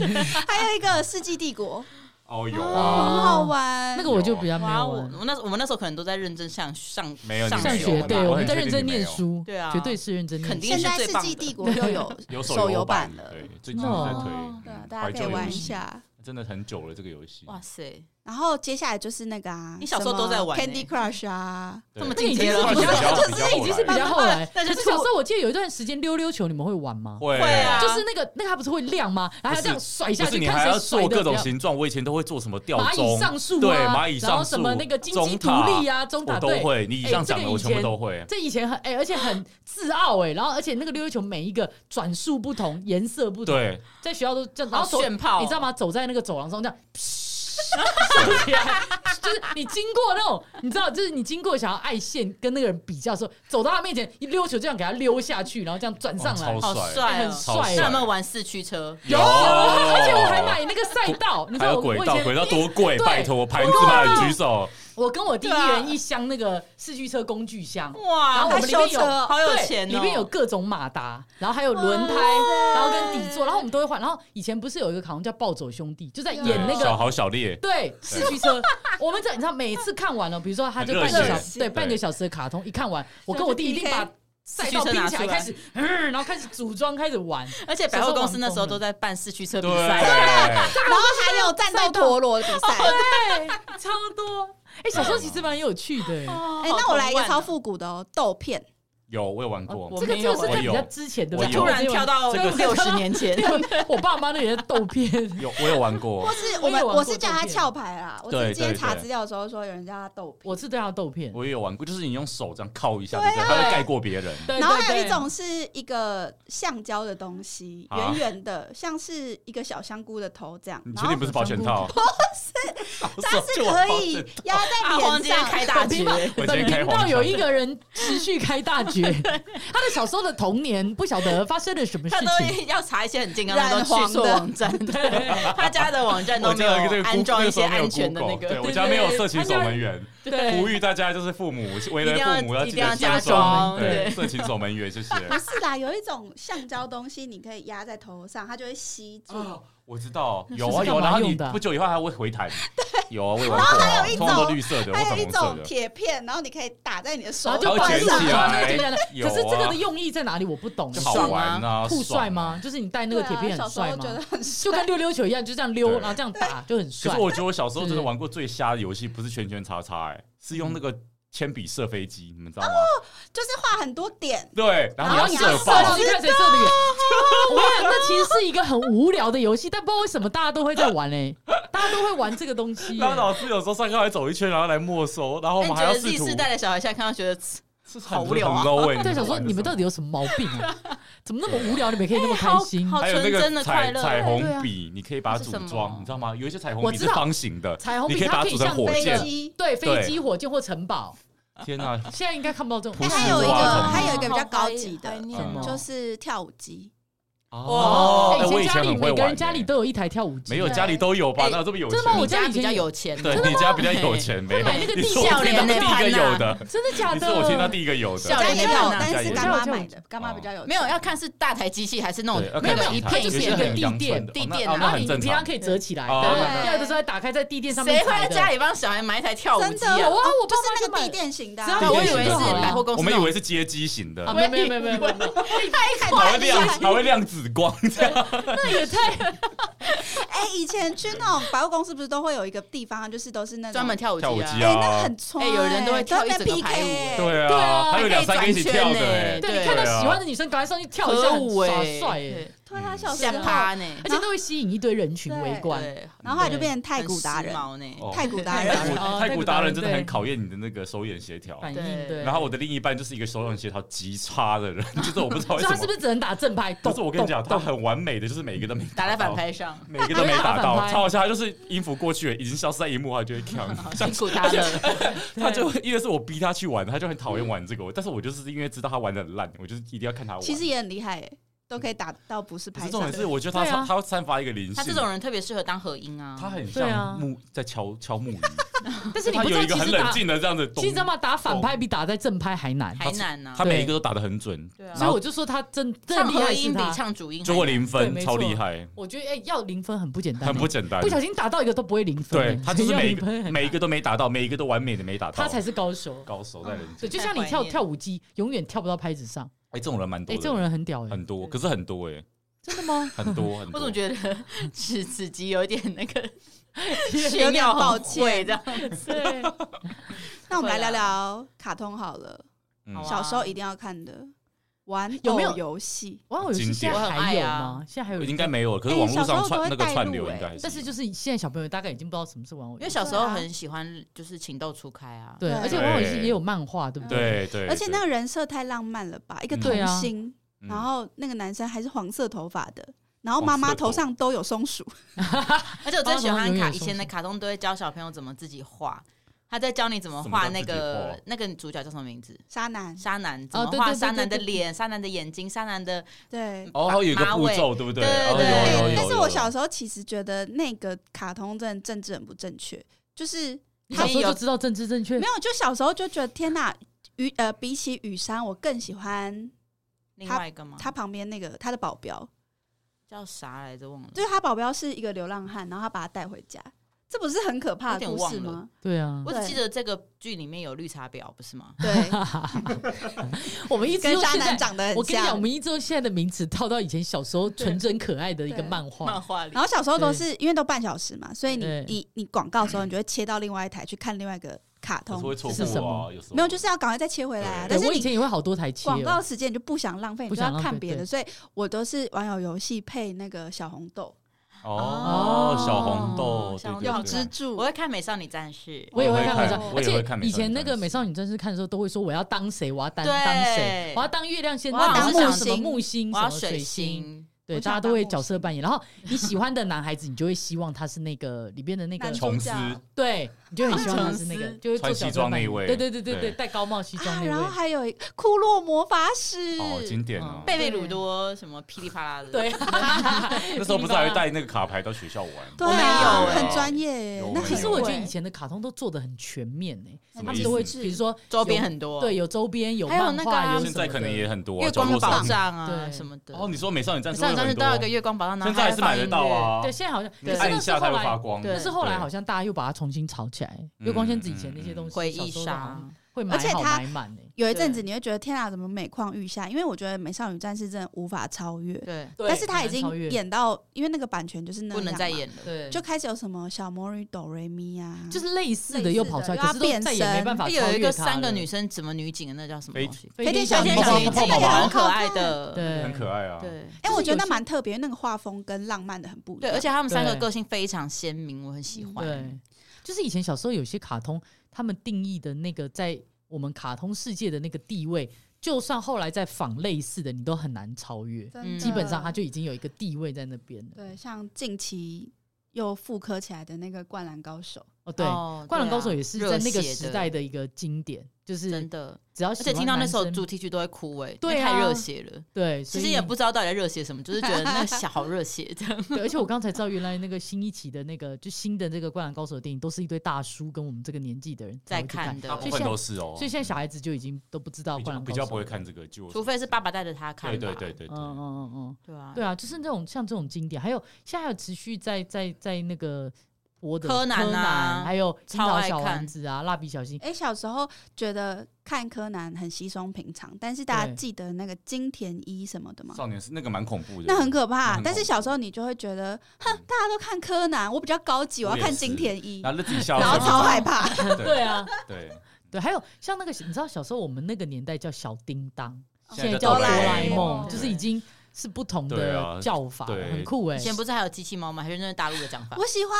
[SPEAKER 1] 还有一个《世纪帝国
[SPEAKER 2] 哦有
[SPEAKER 4] 哦
[SPEAKER 2] 啊，》，
[SPEAKER 1] 很好玩。
[SPEAKER 4] 那个我就比较没
[SPEAKER 3] 哇，
[SPEAKER 4] 有
[SPEAKER 3] 我
[SPEAKER 4] 玩。
[SPEAKER 3] 我那我们那时候可能都在认真上上
[SPEAKER 2] 没有你
[SPEAKER 3] 上
[SPEAKER 4] 上
[SPEAKER 2] 哦没有
[SPEAKER 4] 学
[SPEAKER 2] 我
[SPEAKER 4] 对，
[SPEAKER 2] 很
[SPEAKER 4] 我们在
[SPEAKER 2] 确
[SPEAKER 4] 认
[SPEAKER 2] 定
[SPEAKER 4] 真
[SPEAKER 2] 你没
[SPEAKER 4] 念
[SPEAKER 2] 有
[SPEAKER 4] 书，
[SPEAKER 3] 对啊
[SPEAKER 4] 绝对是认真念
[SPEAKER 3] 肯
[SPEAKER 4] 书。
[SPEAKER 3] 定
[SPEAKER 1] 现
[SPEAKER 3] 是
[SPEAKER 1] 在《
[SPEAKER 3] 最
[SPEAKER 1] 世
[SPEAKER 3] 棒
[SPEAKER 1] 纪
[SPEAKER 3] 的
[SPEAKER 1] 帝国》又有
[SPEAKER 2] 有
[SPEAKER 1] 手
[SPEAKER 2] 游
[SPEAKER 1] 版
[SPEAKER 2] 的，
[SPEAKER 1] 了，
[SPEAKER 2] 对，最近有在推，
[SPEAKER 3] 哦
[SPEAKER 1] 对啊
[SPEAKER 2] 嗯，
[SPEAKER 1] 大家可以玩一，下。
[SPEAKER 2] 怀旧游戏真的很久了这个游戏，
[SPEAKER 3] 哇塞，
[SPEAKER 1] 然后接下来就是那个啊，
[SPEAKER 3] 你小时候都在玩
[SPEAKER 1] 什
[SPEAKER 3] 欸
[SPEAKER 1] 么 Candy Crush 啊，
[SPEAKER 2] 对
[SPEAKER 3] 这么
[SPEAKER 4] 那个
[SPEAKER 3] 进
[SPEAKER 4] 已
[SPEAKER 3] 阶
[SPEAKER 4] 经是
[SPEAKER 3] 了
[SPEAKER 4] 比较，
[SPEAKER 2] 就是
[SPEAKER 4] 那已经是比较后来。
[SPEAKER 3] 那
[SPEAKER 4] 可
[SPEAKER 3] 就是
[SPEAKER 4] 小时候我记得有一段时间溜溜球，你们会玩吗？
[SPEAKER 2] 会
[SPEAKER 3] 会啊
[SPEAKER 4] 就是那个那个它不是会亮吗？然后它这样甩
[SPEAKER 2] 就
[SPEAKER 4] 下
[SPEAKER 2] 是
[SPEAKER 4] 去，
[SPEAKER 2] 你
[SPEAKER 4] 看
[SPEAKER 2] 还
[SPEAKER 4] 谁
[SPEAKER 2] 要
[SPEAKER 4] 甩
[SPEAKER 2] 做
[SPEAKER 4] 得
[SPEAKER 2] 各
[SPEAKER 4] 比
[SPEAKER 2] 种
[SPEAKER 4] 较
[SPEAKER 2] 形状，我以前都会做什么吊
[SPEAKER 4] 蚂
[SPEAKER 2] 钟
[SPEAKER 4] 蚁、上树啊，
[SPEAKER 2] 对蚂蚁
[SPEAKER 4] 然后
[SPEAKER 2] 上
[SPEAKER 4] 什
[SPEAKER 2] 树，
[SPEAKER 4] 么那个金鸡
[SPEAKER 2] 钟
[SPEAKER 4] 独
[SPEAKER 2] 塔
[SPEAKER 4] 立啊，中
[SPEAKER 2] 我
[SPEAKER 4] 塔
[SPEAKER 2] 都
[SPEAKER 4] 对。
[SPEAKER 2] 会，你以上讲
[SPEAKER 4] 哎这
[SPEAKER 2] 的
[SPEAKER 4] 个
[SPEAKER 2] 我全部
[SPEAKER 4] 以前
[SPEAKER 2] 都会。
[SPEAKER 4] 这以前很哎、而且很自傲哎、然后而且那个溜溜球每一个转速不同，颜色不同，
[SPEAKER 2] 对，
[SPEAKER 4] 在学校都这样，然
[SPEAKER 3] 好
[SPEAKER 4] 后走
[SPEAKER 3] 炫炮哦，
[SPEAKER 4] 你知道吗？走在那个走廊上这样，咻起来就是你经过那种，你知道，就是你经过想要爱线跟那个人比较的时候，走到他面前一溜球这样给他溜下去，然后这样转上来，
[SPEAKER 2] 哦
[SPEAKER 3] 好
[SPEAKER 2] 帅
[SPEAKER 3] 帅
[SPEAKER 4] 很
[SPEAKER 3] 哦！
[SPEAKER 4] 帅
[SPEAKER 3] 那有
[SPEAKER 4] 啊
[SPEAKER 3] 没有玩四驱车？
[SPEAKER 2] 有，
[SPEAKER 4] 而
[SPEAKER 2] 而
[SPEAKER 4] 且我还买那个赛道，你知
[SPEAKER 2] 还
[SPEAKER 4] 道
[SPEAKER 2] 有
[SPEAKER 4] 我我
[SPEAKER 2] 轨
[SPEAKER 4] 以
[SPEAKER 2] 道，
[SPEAKER 4] 前
[SPEAKER 2] 轨道多贵，
[SPEAKER 4] 对
[SPEAKER 2] 拜托，盘子嘛，举手，
[SPEAKER 4] 我跟我弟一
[SPEAKER 3] 对啊
[SPEAKER 4] 人一箱那个四驱车工具箱，然
[SPEAKER 3] 哇
[SPEAKER 4] 后我，们里面
[SPEAKER 1] 还修车
[SPEAKER 4] 有
[SPEAKER 1] 哦
[SPEAKER 3] 好有
[SPEAKER 4] 对
[SPEAKER 3] 钱哦！
[SPEAKER 4] 里面有各种马达，然后还有轮胎，然后跟底座，然后我们都会换。然后以前不是有一个好像叫《暴走兄弟》，就在
[SPEAKER 1] 对
[SPEAKER 4] 演那
[SPEAKER 2] 小
[SPEAKER 4] 个。
[SPEAKER 2] 豪小烈，
[SPEAKER 4] 对四驱车， 我们这你知道，每次看完了，比如说他就半
[SPEAKER 2] 很
[SPEAKER 4] 个
[SPEAKER 2] 热
[SPEAKER 4] 小
[SPEAKER 2] 血
[SPEAKER 4] 对
[SPEAKER 2] 对
[SPEAKER 4] 半个小时的卡通，一看完，我跟我弟一定把赛道拼起来，开始嗯，然后开始组装，开始玩。
[SPEAKER 3] 而且百货公司那时候都在办四驱车比
[SPEAKER 2] 对，
[SPEAKER 3] 赛，
[SPEAKER 1] 然后还有战斗陀螺比赛。
[SPEAKER 4] 对，超多。哎，小时候其实蛮有趣的。
[SPEAKER 1] 哎
[SPEAKER 3] 哎，
[SPEAKER 1] 那我来一个超复古的哦，豆片。
[SPEAKER 2] 有我有玩过，
[SPEAKER 3] 我
[SPEAKER 4] 这个
[SPEAKER 3] 没
[SPEAKER 4] 这
[SPEAKER 3] 有
[SPEAKER 4] 个是在
[SPEAKER 2] 我
[SPEAKER 4] 比
[SPEAKER 2] 有
[SPEAKER 4] 较之前的吧，
[SPEAKER 2] 我有
[SPEAKER 3] 突然 跳到
[SPEAKER 4] 这个
[SPEAKER 3] 六十年 前，
[SPEAKER 4] 我爸妈那也是豆片，
[SPEAKER 2] 有我有玩过
[SPEAKER 1] 或，是我们
[SPEAKER 4] 我也玩过
[SPEAKER 1] 我是叫他翘牌啦，我
[SPEAKER 2] 对
[SPEAKER 1] 是今天
[SPEAKER 2] 对
[SPEAKER 1] 查
[SPEAKER 2] 对
[SPEAKER 1] 资料的时候说有人叫他豆皮。
[SPEAKER 4] 我是对他豆片。
[SPEAKER 2] 我也有玩过，就是你用手这样靠一下，对不对？它会盖过别人。
[SPEAKER 4] 对
[SPEAKER 1] 然后还
[SPEAKER 4] 对
[SPEAKER 1] 有
[SPEAKER 4] 对
[SPEAKER 1] 一种是一个橡胶的东西，
[SPEAKER 2] 啊
[SPEAKER 1] 圆圆的，像是一个小香菇的头这样。
[SPEAKER 2] 你
[SPEAKER 1] 然
[SPEAKER 2] 确
[SPEAKER 1] 后
[SPEAKER 2] 定不是保险套？不 是，
[SPEAKER 1] 它是可以压在
[SPEAKER 3] 阿啊
[SPEAKER 1] 脸
[SPEAKER 3] 黄今天
[SPEAKER 1] 上，
[SPEAKER 3] 开大绝，
[SPEAKER 2] 我今
[SPEAKER 4] 本
[SPEAKER 2] 天开
[SPEAKER 4] 频道
[SPEAKER 2] 黄
[SPEAKER 4] 有一个人持续开 大绝，他的小时候的童年不晓得发生了什么事
[SPEAKER 3] 他都
[SPEAKER 4] 情。
[SPEAKER 3] 要查一些很健康的，都去错网站，对，他家的网站都
[SPEAKER 2] 我
[SPEAKER 3] 没
[SPEAKER 2] 家有一个这
[SPEAKER 3] 有
[SPEAKER 2] 个
[SPEAKER 3] 安装一些
[SPEAKER 2] Google，
[SPEAKER 3] 安全的那
[SPEAKER 2] 那个时候没有 Google，对
[SPEAKER 3] 个，
[SPEAKER 2] 我家没有色情守门员， 呼
[SPEAKER 4] 对，
[SPEAKER 2] 吁大家就是父母为
[SPEAKER 3] 一定
[SPEAKER 2] 了
[SPEAKER 3] 要
[SPEAKER 2] 父母要
[SPEAKER 3] 一
[SPEAKER 2] 记
[SPEAKER 3] 定要
[SPEAKER 2] 得
[SPEAKER 3] 加
[SPEAKER 2] 加
[SPEAKER 3] 装
[SPEAKER 2] 装
[SPEAKER 3] 对
[SPEAKER 2] 对色情守门员，谢谢。
[SPEAKER 1] 不是啦，有一种橡胶东西，你可以压在头上，它就会吸住。
[SPEAKER 2] 啊，我知道
[SPEAKER 4] 那
[SPEAKER 2] 有啊
[SPEAKER 4] 是干
[SPEAKER 2] 有啊，
[SPEAKER 4] 嘛
[SPEAKER 2] 然后你
[SPEAKER 4] 用的啊
[SPEAKER 2] 不久以后还会回弹， 有啊，我也玩过啊，
[SPEAKER 1] 一
[SPEAKER 2] 通常都
[SPEAKER 1] 种
[SPEAKER 2] 绿色的或
[SPEAKER 1] 还
[SPEAKER 2] 粉
[SPEAKER 1] 有一
[SPEAKER 2] 红色
[SPEAKER 1] 种
[SPEAKER 2] 的，
[SPEAKER 1] 铁片，然后你可以打在你的手
[SPEAKER 4] 然后
[SPEAKER 2] 它会
[SPEAKER 4] 就
[SPEAKER 1] 腕
[SPEAKER 4] 把
[SPEAKER 2] 卷
[SPEAKER 4] 手
[SPEAKER 2] 起
[SPEAKER 1] 上。
[SPEAKER 4] 抓那
[SPEAKER 2] 来
[SPEAKER 4] 个卷起来。
[SPEAKER 2] 有
[SPEAKER 4] 可
[SPEAKER 2] 啊
[SPEAKER 4] 是这个的用意在哪里？我不懂
[SPEAKER 2] 就。
[SPEAKER 3] 爽
[SPEAKER 2] 好
[SPEAKER 3] 啊
[SPEAKER 2] 玩啊，
[SPEAKER 4] 酷帅
[SPEAKER 2] 爽啊？
[SPEAKER 4] 吗？就是你戴那个铁片
[SPEAKER 1] 对啊
[SPEAKER 4] 很帅
[SPEAKER 1] 小时候觉得
[SPEAKER 4] 吗？
[SPEAKER 1] 很 帅
[SPEAKER 4] 就跟溜溜球一样，就这样溜，
[SPEAKER 2] 对
[SPEAKER 4] 然后这样打就很
[SPEAKER 2] 可
[SPEAKER 4] 帅
[SPEAKER 2] 是。我觉得我小时候真
[SPEAKER 4] 是
[SPEAKER 2] 的玩过最瞎的游戏，不是圈圈叉叉，哎，是用那个铅笔射飞机，你们知道吗？
[SPEAKER 1] 就是画很多点，
[SPEAKER 2] 对，然
[SPEAKER 1] 然
[SPEAKER 2] 后
[SPEAKER 1] 后
[SPEAKER 2] 你
[SPEAKER 1] 你
[SPEAKER 2] 要
[SPEAKER 1] 要
[SPEAKER 2] 射
[SPEAKER 1] 射
[SPEAKER 2] 爆
[SPEAKER 1] 出
[SPEAKER 4] 哦射出去看谁射得远。我跟你讲，那其实是一个很无聊的游戏，但不知道为什么大家都会在玩嘞，大家都会玩这个东 西
[SPEAKER 2] 然后
[SPEAKER 4] 耶。
[SPEAKER 2] 老师有时候上课还走一圈，然后来没收，然后我们
[SPEAKER 3] 但觉
[SPEAKER 2] 还要
[SPEAKER 3] 得
[SPEAKER 2] 试
[SPEAKER 3] Z
[SPEAKER 2] 图
[SPEAKER 3] 世，代的小孩现在看到觉得
[SPEAKER 2] 是
[SPEAKER 3] 好无聊啊
[SPEAKER 2] 很 low 哎
[SPEAKER 4] 对，想说你们到底有什么毛病 啊？怎么那么无聊？你们可以那么开
[SPEAKER 3] 好
[SPEAKER 1] 哎
[SPEAKER 4] 心？
[SPEAKER 3] 好
[SPEAKER 2] 还有
[SPEAKER 3] 纯
[SPEAKER 2] 那
[SPEAKER 3] 真的
[SPEAKER 2] 个
[SPEAKER 3] 快
[SPEAKER 2] 彩
[SPEAKER 3] 乐，
[SPEAKER 2] 彩
[SPEAKER 4] 对啊
[SPEAKER 2] 虹笔，你可以把它
[SPEAKER 3] 那是
[SPEAKER 2] 组
[SPEAKER 3] 什么
[SPEAKER 2] 装，你知道吗？有一些彩虹
[SPEAKER 4] 我
[SPEAKER 2] 笔
[SPEAKER 4] 知
[SPEAKER 2] 是
[SPEAKER 4] 道
[SPEAKER 2] 方形的，
[SPEAKER 4] 彩虹
[SPEAKER 2] 你
[SPEAKER 4] 笔
[SPEAKER 2] 可以
[SPEAKER 4] 它
[SPEAKER 2] 把它
[SPEAKER 4] 可
[SPEAKER 2] 组
[SPEAKER 4] 以
[SPEAKER 2] 成
[SPEAKER 4] 像
[SPEAKER 2] 火
[SPEAKER 1] 飞
[SPEAKER 2] 箭。
[SPEAKER 1] 机。
[SPEAKER 4] 对飞
[SPEAKER 2] 对
[SPEAKER 4] 机、火箭或城堡，
[SPEAKER 2] 天哪，
[SPEAKER 4] 现在应该看不到这种
[SPEAKER 2] 不
[SPEAKER 1] 哎，
[SPEAKER 2] 是
[SPEAKER 1] 还有一
[SPEAKER 2] 哇
[SPEAKER 1] 个，
[SPEAKER 2] 很
[SPEAKER 1] 还有一个比较高级的
[SPEAKER 2] 念哦，
[SPEAKER 1] 就是跳舞机。
[SPEAKER 2] 哦，哎我以
[SPEAKER 4] 哎以前家
[SPEAKER 2] 前
[SPEAKER 4] 里
[SPEAKER 2] 很会
[SPEAKER 4] 每个
[SPEAKER 2] 玩
[SPEAKER 4] 人家里
[SPEAKER 2] 欸，
[SPEAKER 4] 都有一台跳舞机，
[SPEAKER 2] 没有
[SPEAKER 4] 哎
[SPEAKER 2] 家里都有吧？
[SPEAKER 3] 哎
[SPEAKER 2] 哪有这么有
[SPEAKER 4] 真的吗
[SPEAKER 2] 钱？
[SPEAKER 4] 我
[SPEAKER 3] 你
[SPEAKER 4] 家
[SPEAKER 3] 家比较
[SPEAKER 4] 以前
[SPEAKER 3] 有钱，
[SPEAKER 2] 对 你家比较有钱，没有
[SPEAKER 4] 买那个？
[SPEAKER 2] 你
[SPEAKER 4] 地
[SPEAKER 2] 是我
[SPEAKER 3] 笑
[SPEAKER 2] 听到第一
[SPEAKER 3] 脸的
[SPEAKER 2] 个
[SPEAKER 3] 盘呐
[SPEAKER 2] 有的，
[SPEAKER 4] 真的假
[SPEAKER 2] 你是
[SPEAKER 4] 的？
[SPEAKER 2] 我听到第一个有的
[SPEAKER 3] 笑。
[SPEAKER 1] 家
[SPEAKER 3] 脸
[SPEAKER 1] 也
[SPEAKER 3] 没办
[SPEAKER 1] 有，
[SPEAKER 3] 法
[SPEAKER 1] 但是
[SPEAKER 2] 家哦
[SPEAKER 1] 干
[SPEAKER 4] 也
[SPEAKER 1] 妈
[SPEAKER 4] 有
[SPEAKER 1] 买的，干妈比较有，
[SPEAKER 3] 没有要看是大台机器还是那
[SPEAKER 2] 对要
[SPEAKER 3] 种
[SPEAKER 2] 看
[SPEAKER 3] 那种
[SPEAKER 4] 没有
[SPEAKER 3] 一
[SPEAKER 4] 它
[SPEAKER 3] 片
[SPEAKER 4] 就
[SPEAKER 3] 一
[SPEAKER 4] 是
[SPEAKER 2] 有些
[SPEAKER 3] 片
[SPEAKER 4] 一个
[SPEAKER 3] 的
[SPEAKER 2] 很
[SPEAKER 4] 地
[SPEAKER 2] 阳春
[SPEAKER 4] 垫
[SPEAKER 2] 的
[SPEAKER 3] 地
[SPEAKER 2] 哦那
[SPEAKER 3] 垫
[SPEAKER 2] 哦
[SPEAKER 3] 啊
[SPEAKER 2] 那
[SPEAKER 4] 然后
[SPEAKER 2] 很
[SPEAKER 4] 你
[SPEAKER 2] 正
[SPEAKER 4] 平常
[SPEAKER 2] 常
[SPEAKER 4] 可。以折起来，
[SPEAKER 2] 哦
[SPEAKER 4] 对
[SPEAKER 3] 那
[SPEAKER 4] 要有的时候还打开在地垫上面
[SPEAKER 3] 谁
[SPEAKER 4] 踩
[SPEAKER 3] 会
[SPEAKER 4] 的。
[SPEAKER 3] 在家里帮小孩买一台跳舞
[SPEAKER 1] 真
[SPEAKER 3] 机
[SPEAKER 1] 的，
[SPEAKER 3] 啊？
[SPEAKER 4] 我啊我
[SPEAKER 1] 就
[SPEAKER 4] 爸
[SPEAKER 1] 是那
[SPEAKER 4] 妈就
[SPEAKER 1] 个
[SPEAKER 4] 买
[SPEAKER 1] 地垫型的
[SPEAKER 4] 只要
[SPEAKER 1] 啊，
[SPEAKER 3] 对，我以为是百货公
[SPEAKER 2] 我
[SPEAKER 3] 司
[SPEAKER 2] 们
[SPEAKER 3] 那
[SPEAKER 2] 以
[SPEAKER 3] 种
[SPEAKER 2] 为是街机型的
[SPEAKER 4] 啊，，没有没有没有没有 没有，
[SPEAKER 2] 还会亮还会亮紫光这样。
[SPEAKER 4] 那也
[SPEAKER 3] 啊
[SPEAKER 4] 太
[SPEAKER 1] 哎、以前去那种百货公司不是都会有一个地方，就是都是那种
[SPEAKER 3] 专门跳舞
[SPEAKER 2] 跳舞
[SPEAKER 3] 机
[SPEAKER 2] 机
[SPEAKER 1] 哎、
[SPEAKER 2] 啊
[SPEAKER 3] 啊。
[SPEAKER 1] 那很冲、
[SPEAKER 3] 哎有人都会跳一
[SPEAKER 1] 在
[SPEAKER 3] 整个
[SPEAKER 1] PK，
[SPEAKER 3] 排舞
[SPEAKER 1] 哎
[SPEAKER 2] 对
[SPEAKER 4] 对
[SPEAKER 2] 啊，
[SPEAKER 4] 啊
[SPEAKER 2] 还有两三个一起跳的欸，
[SPEAKER 3] 对
[SPEAKER 4] 对，你看到
[SPEAKER 2] 啊
[SPEAKER 4] 喜欢的女生，赶快上去跳一下，
[SPEAKER 3] 合
[SPEAKER 4] 很
[SPEAKER 3] 舞
[SPEAKER 4] 耍
[SPEAKER 3] 哎，
[SPEAKER 4] 帅哎
[SPEAKER 3] 对，
[SPEAKER 1] 对他小时
[SPEAKER 3] 三
[SPEAKER 1] 候，
[SPEAKER 3] 趴呢，
[SPEAKER 4] 而且都会吸引一堆人群围观。
[SPEAKER 3] 对，
[SPEAKER 1] 然后后来就变成太古达
[SPEAKER 3] 很
[SPEAKER 1] 人
[SPEAKER 3] 时，髦呢。
[SPEAKER 2] 哦
[SPEAKER 1] 太古达
[SPEAKER 2] 太
[SPEAKER 1] 人，
[SPEAKER 2] 古
[SPEAKER 4] 哦
[SPEAKER 2] 太古达人真的
[SPEAKER 4] 对
[SPEAKER 2] 很考验你的那个手眼协调。
[SPEAKER 4] 反应
[SPEAKER 3] 对
[SPEAKER 4] 对，
[SPEAKER 2] 然后我的另一半就是一个手眼协调极差的人， 就是我不知道
[SPEAKER 4] 所
[SPEAKER 2] 为
[SPEAKER 4] 以
[SPEAKER 2] 什
[SPEAKER 4] 他是不
[SPEAKER 2] 么。
[SPEAKER 4] 是只能打正拍？
[SPEAKER 2] 不是我跟你讲，他
[SPEAKER 4] 咚
[SPEAKER 2] 很完美的，就是每一个都没
[SPEAKER 3] 打在
[SPEAKER 2] 到
[SPEAKER 3] 反，拍上，
[SPEAKER 2] 每一个都没打
[SPEAKER 4] 打
[SPEAKER 2] 到
[SPEAKER 4] 反，拍
[SPEAKER 2] 超好笑。他就是音符过去了，已经消失在荧幕，他就会跳。
[SPEAKER 3] 好辛苦他了。
[SPEAKER 2] 他就因为是我逼他去玩，他就很讨厌玩这个。但是我就是因为知道他玩的很烂，我就是一定要看他玩。
[SPEAKER 1] 其实也很厉害、哎，都可以打到不是
[SPEAKER 2] 不
[SPEAKER 1] 拍
[SPEAKER 2] 是重
[SPEAKER 1] 上
[SPEAKER 2] 点，是，我觉得他
[SPEAKER 4] 对啊
[SPEAKER 2] 他要散发一个灵性，
[SPEAKER 3] 他这种人特别适合当合音啊，
[SPEAKER 2] 他很
[SPEAKER 4] 对啊
[SPEAKER 2] 像木在敲敲木鱼，
[SPEAKER 4] 但是你
[SPEAKER 2] 他
[SPEAKER 4] 不知
[SPEAKER 2] 有一个
[SPEAKER 4] 道，其
[SPEAKER 2] 很
[SPEAKER 4] 实
[SPEAKER 2] 冷
[SPEAKER 4] 打
[SPEAKER 2] 静的这样子。
[SPEAKER 4] 其实你知道吗？打反拍比打在正拍还难，
[SPEAKER 3] 还难啊。
[SPEAKER 2] 他每一个都打的很准，
[SPEAKER 3] 对
[SPEAKER 4] 所以
[SPEAKER 3] 啊，
[SPEAKER 4] 我就说他真真
[SPEAKER 3] 唱
[SPEAKER 4] 的厉
[SPEAKER 3] 合
[SPEAKER 4] 害
[SPEAKER 3] 音
[SPEAKER 4] 是
[SPEAKER 3] 比
[SPEAKER 4] 他。
[SPEAKER 3] 唱主音还难
[SPEAKER 2] 结果零分，
[SPEAKER 4] 对
[SPEAKER 2] 超厉害，
[SPEAKER 4] 我觉得哎，要零分很不简单，欸
[SPEAKER 2] 很不简单
[SPEAKER 4] 不。小心打到一个都不会零分
[SPEAKER 2] 对
[SPEAKER 4] 欸，
[SPEAKER 2] 他就是
[SPEAKER 4] 要
[SPEAKER 2] 每一
[SPEAKER 4] 零分
[SPEAKER 2] 个
[SPEAKER 4] 很
[SPEAKER 2] 每一个都没打到，每一个都完美的没打到，
[SPEAKER 4] 他才是哦高手。
[SPEAKER 2] 高手在人
[SPEAKER 4] 对，
[SPEAKER 2] 间。
[SPEAKER 4] 就像你
[SPEAKER 3] 太怀
[SPEAKER 4] 跳
[SPEAKER 3] 念
[SPEAKER 4] 跳舞机，永远跳不到拍子上。
[SPEAKER 2] 哎，这种人蛮多
[SPEAKER 4] 哎，
[SPEAKER 2] 的，
[SPEAKER 4] 这种人很屌哎，
[SPEAKER 2] 很多，可是很多哎，
[SPEAKER 4] 真 的吗？
[SPEAKER 2] 很多很
[SPEAKER 3] 我
[SPEAKER 2] 多。
[SPEAKER 3] 总觉得 此此集有点那个
[SPEAKER 1] 有
[SPEAKER 3] 炫
[SPEAKER 1] 点
[SPEAKER 3] 耀
[SPEAKER 1] 抱
[SPEAKER 3] 很会
[SPEAKER 1] 歉
[SPEAKER 3] 这样。
[SPEAKER 4] 对，
[SPEAKER 1] 那我们来
[SPEAKER 2] 啊
[SPEAKER 3] 会啦
[SPEAKER 1] 聊聊卡通好了，
[SPEAKER 2] 嗯
[SPEAKER 3] 好啊
[SPEAKER 1] 小时候一定要看的。玩
[SPEAKER 4] 有没有
[SPEAKER 1] 偶游戏？
[SPEAKER 4] 玩偶游戏
[SPEAKER 2] 经
[SPEAKER 4] 现
[SPEAKER 2] 典
[SPEAKER 4] 在
[SPEAKER 3] 我很
[SPEAKER 4] 还
[SPEAKER 3] 爱
[SPEAKER 4] 有
[SPEAKER 3] 啊
[SPEAKER 4] 吗？现在还有
[SPEAKER 2] 嗯
[SPEAKER 4] 人
[SPEAKER 2] 应该
[SPEAKER 4] 在，
[SPEAKER 2] 没有了，可是
[SPEAKER 1] 哎
[SPEAKER 2] 网络
[SPEAKER 1] 小时
[SPEAKER 2] 上
[SPEAKER 1] 候
[SPEAKER 2] 串
[SPEAKER 1] 都会
[SPEAKER 2] 那个
[SPEAKER 1] 带
[SPEAKER 2] 串
[SPEAKER 1] 入
[SPEAKER 2] 流
[SPEAKER 1] 哎
[SPEAKER 2] 应该还
[SPEAKER 4] 但是就是现在小朋友大概已经不知道什么是玩偶游
[SPEAKER 3] 因
[SPEAKER 4] 戏，
[SPEAKER 3] 为小时候很喜欢就是情窦初开啊，
[SPEAKER 4] 对，
[SPEAKER 1] 对
[SPEAKER 4] 而且玩偶游戏也有漫画，对不对？
[SPEAKER 2] 对对，
[SPEAKER 1] 而且那
[SPEAKER 2] 对
[SPEAKER 1] 个人设太浪漫了吧！一个童
[SPEAKER 4] 对啊
[SPEAKER 1] 星，
[SPEAKER 2] 嗯
[SPEAKER 1] 然后那个男生还是黄色头发的，然后
[SPEAKER 2] 黄
[SPEAKER 1] 妈妈
[SPEAKER 2] 色头
[SPEAKER 1] 头上都有松鼠，
[SPEAKER 3] 而且我最喜
[SPEAKER 4] 哦
[SPEAKER 3] 欢
[SPEAKER 4] 永远
[SPEAKER 3] 卡
[SPEAKER 4] 有
[SPEAKER 3] 以前的
[SPEAKER 4] 松
[SPEAKER 3] 卡通都会教小朋友怎么自己画，他在教你怎么
[SPEAKER 2] 什么
[SPEAKER 3] 画
[SPEAKER 2] 叫
[SPEAKER 3] 那
[SPEAKER 2] 自己
[SPEAKER 3] 个
[SPEAKER 2] 画
[SPEAKER 3] 那个主角叫什么名字？
[SPEAKER 1] 沙男，
[SPEAKER 3] 沙男怎么
[SPEAKER 4] 哦对
[SPEAKER 3] 画
[SPEAKER 4] 对对
[SPEAKER 3] 沙
[SPEAKER 4] 对
[SPEAKER 3] 男的
[SPEAKER 4] 对
[SPEAKER 3] 脸、沙男的眼睛、沙男的
[SPEAKER 1] 对。
[SPEAKER 2] 哦，有一个
[SPEAKER 3] 马
[SPEAKER 2] 步
[SPEAKER 3] 尾
[SPEAKER 2] 骤，对不对？
[SPEAKER 3] 对
[SPEAKER 2] 哦
[SPEAKER 3] 对
[SPEAKER 1] 对
[SPEAKER 2] 有有
[SPEAKER 1] 哎
[SPEAKER 2] 有，
[SPEAKER 1] 但是
[SPEAKER 2] 有
[SPEAKER 1] 我
[SPEAKER 2] 有
[SPEAKER 1] 小时候其实觉得那个卡通真的政治很不正确，就是
[SPEAKER 4] 你小时候
[SPEAKER 3] 里面
[SPEAKER 4] 就
[SPEAKER 3] 有
[SPEAKER 4] 知道政治正确
[SPEAKER 1] 没，有，就小时候就觉得天哪，雨呃，比起雨山，我更喜欢
[SPEAKER 2] 嗯
[SPEAKER 3] 另
[SPEAKER 1] 他
[SPEAKER 3] 外一个吗？
[SPEAKER 1] 他旁边那个他的保镖，
[SPEAKER 3] 叫啥来着？忘了。
[SPEAKER 1] 就是他保镖是一个流浪汉，然后他把他带回家，这不是很可怕的
[SPEAKER 3] 有点
[SPEAKER 1] 故事
[SPEAKER 3] 忘了
[SPEAKER 1] 吗？
[SPEAKER 4] 对啊。
[SPEAKER 3] 我只记
[SPEAKER 1] 对
[SPEAKER 3] 得这个剧里面有绿茶婊，不是吗？
[SPEAKER 1] 对，
[SPEAKER 4] 我们一直
[SPEAKER 1] 跟
[SPEAKER 4] 用
[SPEAKER 1] 渣
[SPEAKER 4] 现在
[SPEAKER 1] 男，长得
[SPEAKER 4] 我
[SPEAKER 1] 很
[SPEAKER 4] 跟你讲，我
[SPEAKER 1] 像。
[SPEAKER 4] 们一直用现在的名词套到以前小时候纯真可爱的一个漫画，
[SPEAKER 3] 画里
[SPEAKER 1] 然后小时候都是因为都半小时嘛，所以你
[SPEAKER 4] 对
[SPEAKER 1] 你你广告的时候，你就会切到另外一台去看另外一个卡
[SPEAKER 2] 可
[SPEAKER 1] 通
[SPEAKER 2] 是，会错
[SPEAKER 4] 是什
[SPEAKER 2] 过
[SPEAKER 4] 么
[SPEAKER 2] 啊，有时候
[SPEAKER 1] 没有就是要赶快再切回来啊。
[SPEAKER 4] 对
[SPEAKER 1] 但是
[SPEAKER 4] 我以
[SPEAKER 1] 你
[SPEAKER 4] 前也会好多台切
[SPEAKER 1] 广告
[SPEAKER 4] 哦，
[SPEAKER 1] 时间你就不想浪费，你
[SPEAKER 4] 不
[SPEAKER 1] 就
[SPEAKER 4] 想
[SPEAKER 1] 要
[SPEAKER 4] 浪费
[SPEAKER 1] 看别的，所以我都是玩有游戏配那个小红豆、
[SPEAKER 2] 哦，小红豆，
[SPEAKER 3] 小
[SPEAKER 2] 对
[SPEAKER 3] 红
[SPEAKER 2] 对
[SPEAKER 3] 豆
[SPEAKER 1] 小
[SPEAKER 2] 对
[SPEAKER 1] 蜘蛛
[SPEAKER 3] 我，会看《美少女战士
[SPEAKER 4] 我也会看
[SPEAKER 1] 我也
[SPEAKER 4] 美
[SPEAKER 1] 会
[SPEAKER 4] 少
[SPEAKER 1] 看，
[SPEAKER 2] 我
[SPEAKER 4] 而
[SPEAKER 2] 也会看
[SPEAKER 4] 且
[SPEAKER 2] 美
[SPEAKER 4] 以
[SPEAKER 2] 少女
[SPEAKER 4] 前那个
[SPEAKER 2] 战士
[SPEAKER 4] 美少女战士看的时候都会说我要当谁，我要当当谁，
[SPEAKER 3] 对
[SPEAKER 4] 我要当月亮先生，
[SPEAKER 3] 我要当
[SPEAKER 4] 我要当
[SPEAKER 1] 木
[SPEAKER 4] 什么
[SPEAKER 1] 星
[SPEAKER 4] 木星，
[SPEAKER 3] 我
[SPEAKER 4] 嗯什
[SPEAKER 3] 要
[SPEAKER 4] 么
[SPEAKER 3] 水
[SPEAKER 4] 水星，
[SPEAKER 3] 星，
[SPEAKER 4] 对，
[SPEAKER 1] 我
[SPEAKER 4] 大
[SPEAKER 1] 想
[SPEAKER 4] 家都
[SPEAKER 1] 当
[SPEAKER 4] 会
[SPEAKER 1] 木
[SPEAKER 4] 角色
[SPEAKER 1] 星
[SPEAKER 4] 扮演。然后你喜欢的男孩子，你就会希望他是那个里边的那个
[SPEAKER 1] 男，主
[SPEAKER 2] 琼斯
[SPEAKER 1] 角
[SPEAKER 4] 对，你就很希望他是那个，
[SPEAKER 3] 琼斯
[SPEAKER 4] 就会做
[SPEAKER 2] 穿
[SPEAKER 4] 角
[SPEAKER 2] 西
[SPEAKER 4] 色
[SPEAKER 2] 装
[SPEAKER 4] 扮
[SPEAKER 2] 那一
[SPEAKER 4] 演。
[SPEAKER 2] 位
[SPEAKER 4] 对对对对对，
[SPEAKER 2] 对
[SPEAKER 4] 戴高帽西装
[SPEAKER 1] 啊，
[SPEAKER 4] 那
[SPEAKER 1] 然后
[SPEAKER 4] 位，
[SPEAKER 1] 还有一个库洛魔法使，
[SPEAKER 2] 哦，经典哦
[SPEAKER 4] 嗯。
[SPEAKER 3] 贝贝鲁多什么噼里啪啦的，
[SPEAKER 4] 对，
[SPEAKER 2] 那时候不是还会带那个卡牌到学校玩？
[SPEAKER 1] 对
[SPEAKER 3] 我没有
[SPEAKER 1] 啊，
[SPEAKER 3] 欸
[SPEAKER 1] 很专业欸
[SPEAKER 2] 有。
[SPEAKER 1] 那
[SPEAKER 2] 我
[SPEAKER 1] 很
[SPEAKER 4] 其实我觉得
[SPEAKER 1] 贵
[SPEAKER 4] 以前的卡通都做的很全面呢，
[SPEAKER 2] 什
[SPEAKER 4] 他
[SPEAKER 2] 么
[SPEAKER 4] 们
[SPEAKER 2] 意
[SPEAKER 4] 都
[SPEAKER 2] 思
[SPEAKER 4] 会比如说
[SPEAKER 3] 周边很多，
[SPEAKER 4] 对，有周边有
[SPEAKER 3] 还有
[SPEAKER 4] 漫
[SPEAKER 3] 那个
[SPEAKER 4] 画，
[SPEAKER 3] 啊
[SPEAKER 4] 有
[SPEAKER 2] 现
[SPEAKER 4] 什么
[SPEAKER 2] 在可能
[SPEAKER 4] 的
[SPEAKER 2] 也很多啊，
[SPEAKER 3] 月光
[SPEAKER 2] 角落
[SPEAKER 3] 宝
[SPEAKER 2] 上
[SPEAKER 3] 藏啊
[SPEAKER 4] 对
[SPEAKER 3] 什么的。
[SPEAKER 2] 哦，你说美少女战
[SPEAKER 3] 美
[SPEAKER 2] 士
[SPEAKER 3] 少
[SPEAKER 2] 会有
[SPEAKER 3] 女战士
[SPEAKER 2] 很多
[SPEAKER 3] 都有一个月光宝藏，然后
[SPEAKER 2] 现在还是
[SPEAKER 3] 放
[SPEAKER 2] 买得
[SPEAKER 3] 音
[SPEAKER 2] 到
[SPEAKER 3] 乐
[SPEAKER 2] 啊，
[SPEAKER 4] 对，现在好像
[SPEAKER 2] 你
[SPEAKER 3] 对
[SPEAKER 4] 可是
[SPEAKER 2] 按一
[SPEAKER 4] 那是
[SPEAKER 2] 下它
[SPEAKER 4] 后
[SPEAKER 2] 会发
[SPEAKER 4] 来，
[SPEAKER 2] 光。
[SPEAKER 3] 对
[SPEAKER 4] 可是后来好像大家又把它重新炒起来，
[SPEAKER 2] 嗯
[SPEAKER 4] 月光仙子以前那些东西，
[SPEAKER 3] 回
[SPEAKER 4] 小
[SPEAKER 3] 忆
[SPEAKER 4] 时候啊好像
[SPEAKER 3] 杀，
[SPEAKER 4] 会买
[SPEAKER 1] 而且
[SPEAKER 4] 好
[SPEAKER 1] 它
[SPEAKER 4] 买满呢。欸
[SPEAKER 1] 有一阵
[SPEAKER 3] 对
[SPEAKER 1] 子你会觉得天啊，怎么每况愈下？因为我觉得《美少女战士》真的无法超越，
[SPEAKER 3] 对，
[SPEAKER 1] 但是他已
[SPEAKER 4] 很难超越
[SPEAKER 1] 经演到，因为那个版权就是那
[SPEAKER 3] 不能
[SPEAKER 1] 样
[SPEAKER 3] 再
[SPEAKER 1] 嘛，
[SPEAKER 3] 演了。
[SPEAKER 4] 对，
[SPEAKER 1] 就开始有什么小魔女哆瑞咪啊，
[SPEAKER 4] 就是类似的
[SPEAKER 1] 类似
[SPEAKER 4] 又跑出来，
[SPEAKER 1] 的
[SPEAKER 4] 可是
[SPEAKER 1] 又要
[SPEAKER 4] 都再也
[SPEAKER 1] 变
[SPEAKER 4] 没
[SPEAKER 1] 身
[SPEAKER 4] 办法超越它了。
[SPEAKER 3] 有一个三个女生怎么女警的那叫什么东西？
[SPEAKER 1] 飞
[SPEAKER 4] 飞
[SPEAKER 1] 天
[SPEAKER 4] 天
[SPEAKER 1] 小
[SPEAKER 4] 女
[SPEAKER 1] 女
[SPEAKER 3] 天小
[SPEAKER 1] 警
[SPEAKER 3] 女
[SPEAKER 2] 泡
[SPEAKER 3] 警
[SPEAKER 2] 泡
[SPEAKER 3] 也
[SPEAKER 2] 宝
[SPEAKER 3] 很可爱的，
[SPEAKER 4] 对，
[SPEAKER 2] 很可爱啊。
[SPEAKER 3] 对
[SPEAKER 1] 哎、我觉得
[SPEAKER 4] 就是有
[SPEAKER 1] 那
[SPEAKER 4] 些
[SPEAKER 1] 蛮特别，那个画风跟浪漫的很不一
[SPEAKER 3] 对，
[SPEAKER 1] 样。
[SPEAKER 3] 而且他们三个
[SPEAKER 4] 对
[SPEAKER 3] 个性非常鲜明，我很喜欢。
[SPEAKER 4] 对，就是以前小时候有些卡通，他们定义的那个在我们卡通世界的那个地位，就算后来在仿类似的，你都很难超越。
[SPEAKER 1] 真
[SPEAKER 3] 嗯
[SPEAKER 1] 的
[SPEAKER 4] 基本上，它就已经有一个地位在那边了。
[SPEAKER 1] 对，像近期又复刻起来的那个《灌篮高手
[SPEAKER 4] 哦，对，《
[SPEAKER 3] 哦
[SPEAKER 4] 灌篮高手》也是在那个
[SPEAKER 3] 热血
[SPEAKER 4] 时代的一个经典。就是
[SPEAKER 3] 真的，
[SPEAKER 4] 只要
[SPEAKER 3] 而且
[SPEAKER 4] 喜欢
[SPEAKER 3] 听到那首
[SPEAKER 4] 男生
[SPEAKER 3] 主题曲都会哭哎、
[SPEAKER 4] 对啊
[SPEAKER 3] 因为太热血了。
[SPEAKER 4] 对，所
[SPEAKER 3] 其
[SPEAKER 4] 以
[SPEAKER 3] 实也不知道到底在热血什么，就是觉得那个小好热血这 样。
[SPEAKER 4] 对，而且我刚才知道，原来那个新一期的那个就新的这个《灌篮高手》的电影，都是一堆大叔跟我们这个年纪的人才
[SPEAKER 3] 在
[SPEAKER 4] 会去
[SPEAKER 3] 看
[SPEAKER 4] 看
[SPEAKER 3] 的
[SPEAKER 2] 大部分都是哦，
[SPEAKER 4] 所以现在小孩子就已经都不知道《
[SPEAKER 2] 比
[SPEAKER 4] 灌
[SPEAKER 2] 较
[SPEAKER 4] 篮高
[SPEAKER 2] 比
[SPEAKER 4] 手》
[SPEAKER 2] 较不会
[SPEAKER 4] 了
[SPEAKER 2] 看这个，就
[SPEAKER 3] 除非是爸爸带着他看
[SPEAKER 2] 对
[SPEAKER 3] 吧。
[SPEAKER 2] 对对对对
[SPEAKER 4] 嗯嗯嗯嗯，
[SPEAKER 3] 对啊，
[SPEAKER 4] 对啊，就是那种像这种经典，还有现在还有持续在在在那个播的
[SPEAKER 3] 柯南啊
[SPEAKER 4] 还有《樱
[SPEAKER 3] 超
[SPEAKER 4] 桃
[SPEAKER 3] 爱
[SPEAKER 4] 小丸
[SPEAKER 3] 看
[SPEAKER 4] 子》啊，《蜡笔小新》
[SPEAKER 1] 哎、小时候觉得看柯南很稀松平常，但是大家
[SPEAKER 4] 对
[SPEAKER 1] 记得那个金田一什么的吗？
[SPEAKER 2] 少年是那个蛮恐怖的，
[SPEAKER 1] 嗯那很可
[SPEAKER 2] 那
[SPEAKER 1] 怕。
[SPEAKER 2] 很
[SPEAKER 1] 但是
[SPEAKER 2] 恐怖
[SPEAKER 1] 小时候你就会觉得，哼，大家都看柯南，我比较高级，
[SPEAKER 2] 我
[SPEAKER 1] 我要看
[SPEAKER 2] 也是
[SPEAKER 1] 金田一，
[SPEAKER 2] 然后自 己笑的
[SPEAKER 1] 然
[SPEAKER 2] 时候
[SPEAKER 1] 后
[SPEAKER 2] 就，
[SPEAKER 1] 超害怕。
[SPEAKER 4] 对啊，
[SPEAKER 2] 对，
[SPEAKER 4] 对，还有像那个你知道小时候我们那个年代叫小叮当，现在
[SPEAKER 2] 在
[SPEAKER 4] 叫
[SPEAKER 1] 哆
[SPEAKER 4] 哆
[SPEAKER 1] 啦
[SPEAKER 4] 啦
[SPEAKER 1] A
[SPEAKER 4] A 梦，
[SPEAKER 1] 梦
[SPEAKER 4] 就是已经是不同
[SPEAKER 2] 对
[SPEAKER 4] 的
[SPEAKER 2] 啊
[SPEAKER 4] 叫法了，
[SPEAKER 2] 对
[SPEAKER 4] 很酷哎、
[SPEAKER 3] 以前不是还有机器猫吗？还是那是大陆的讲法
[SPEAKER 1] 我喜欢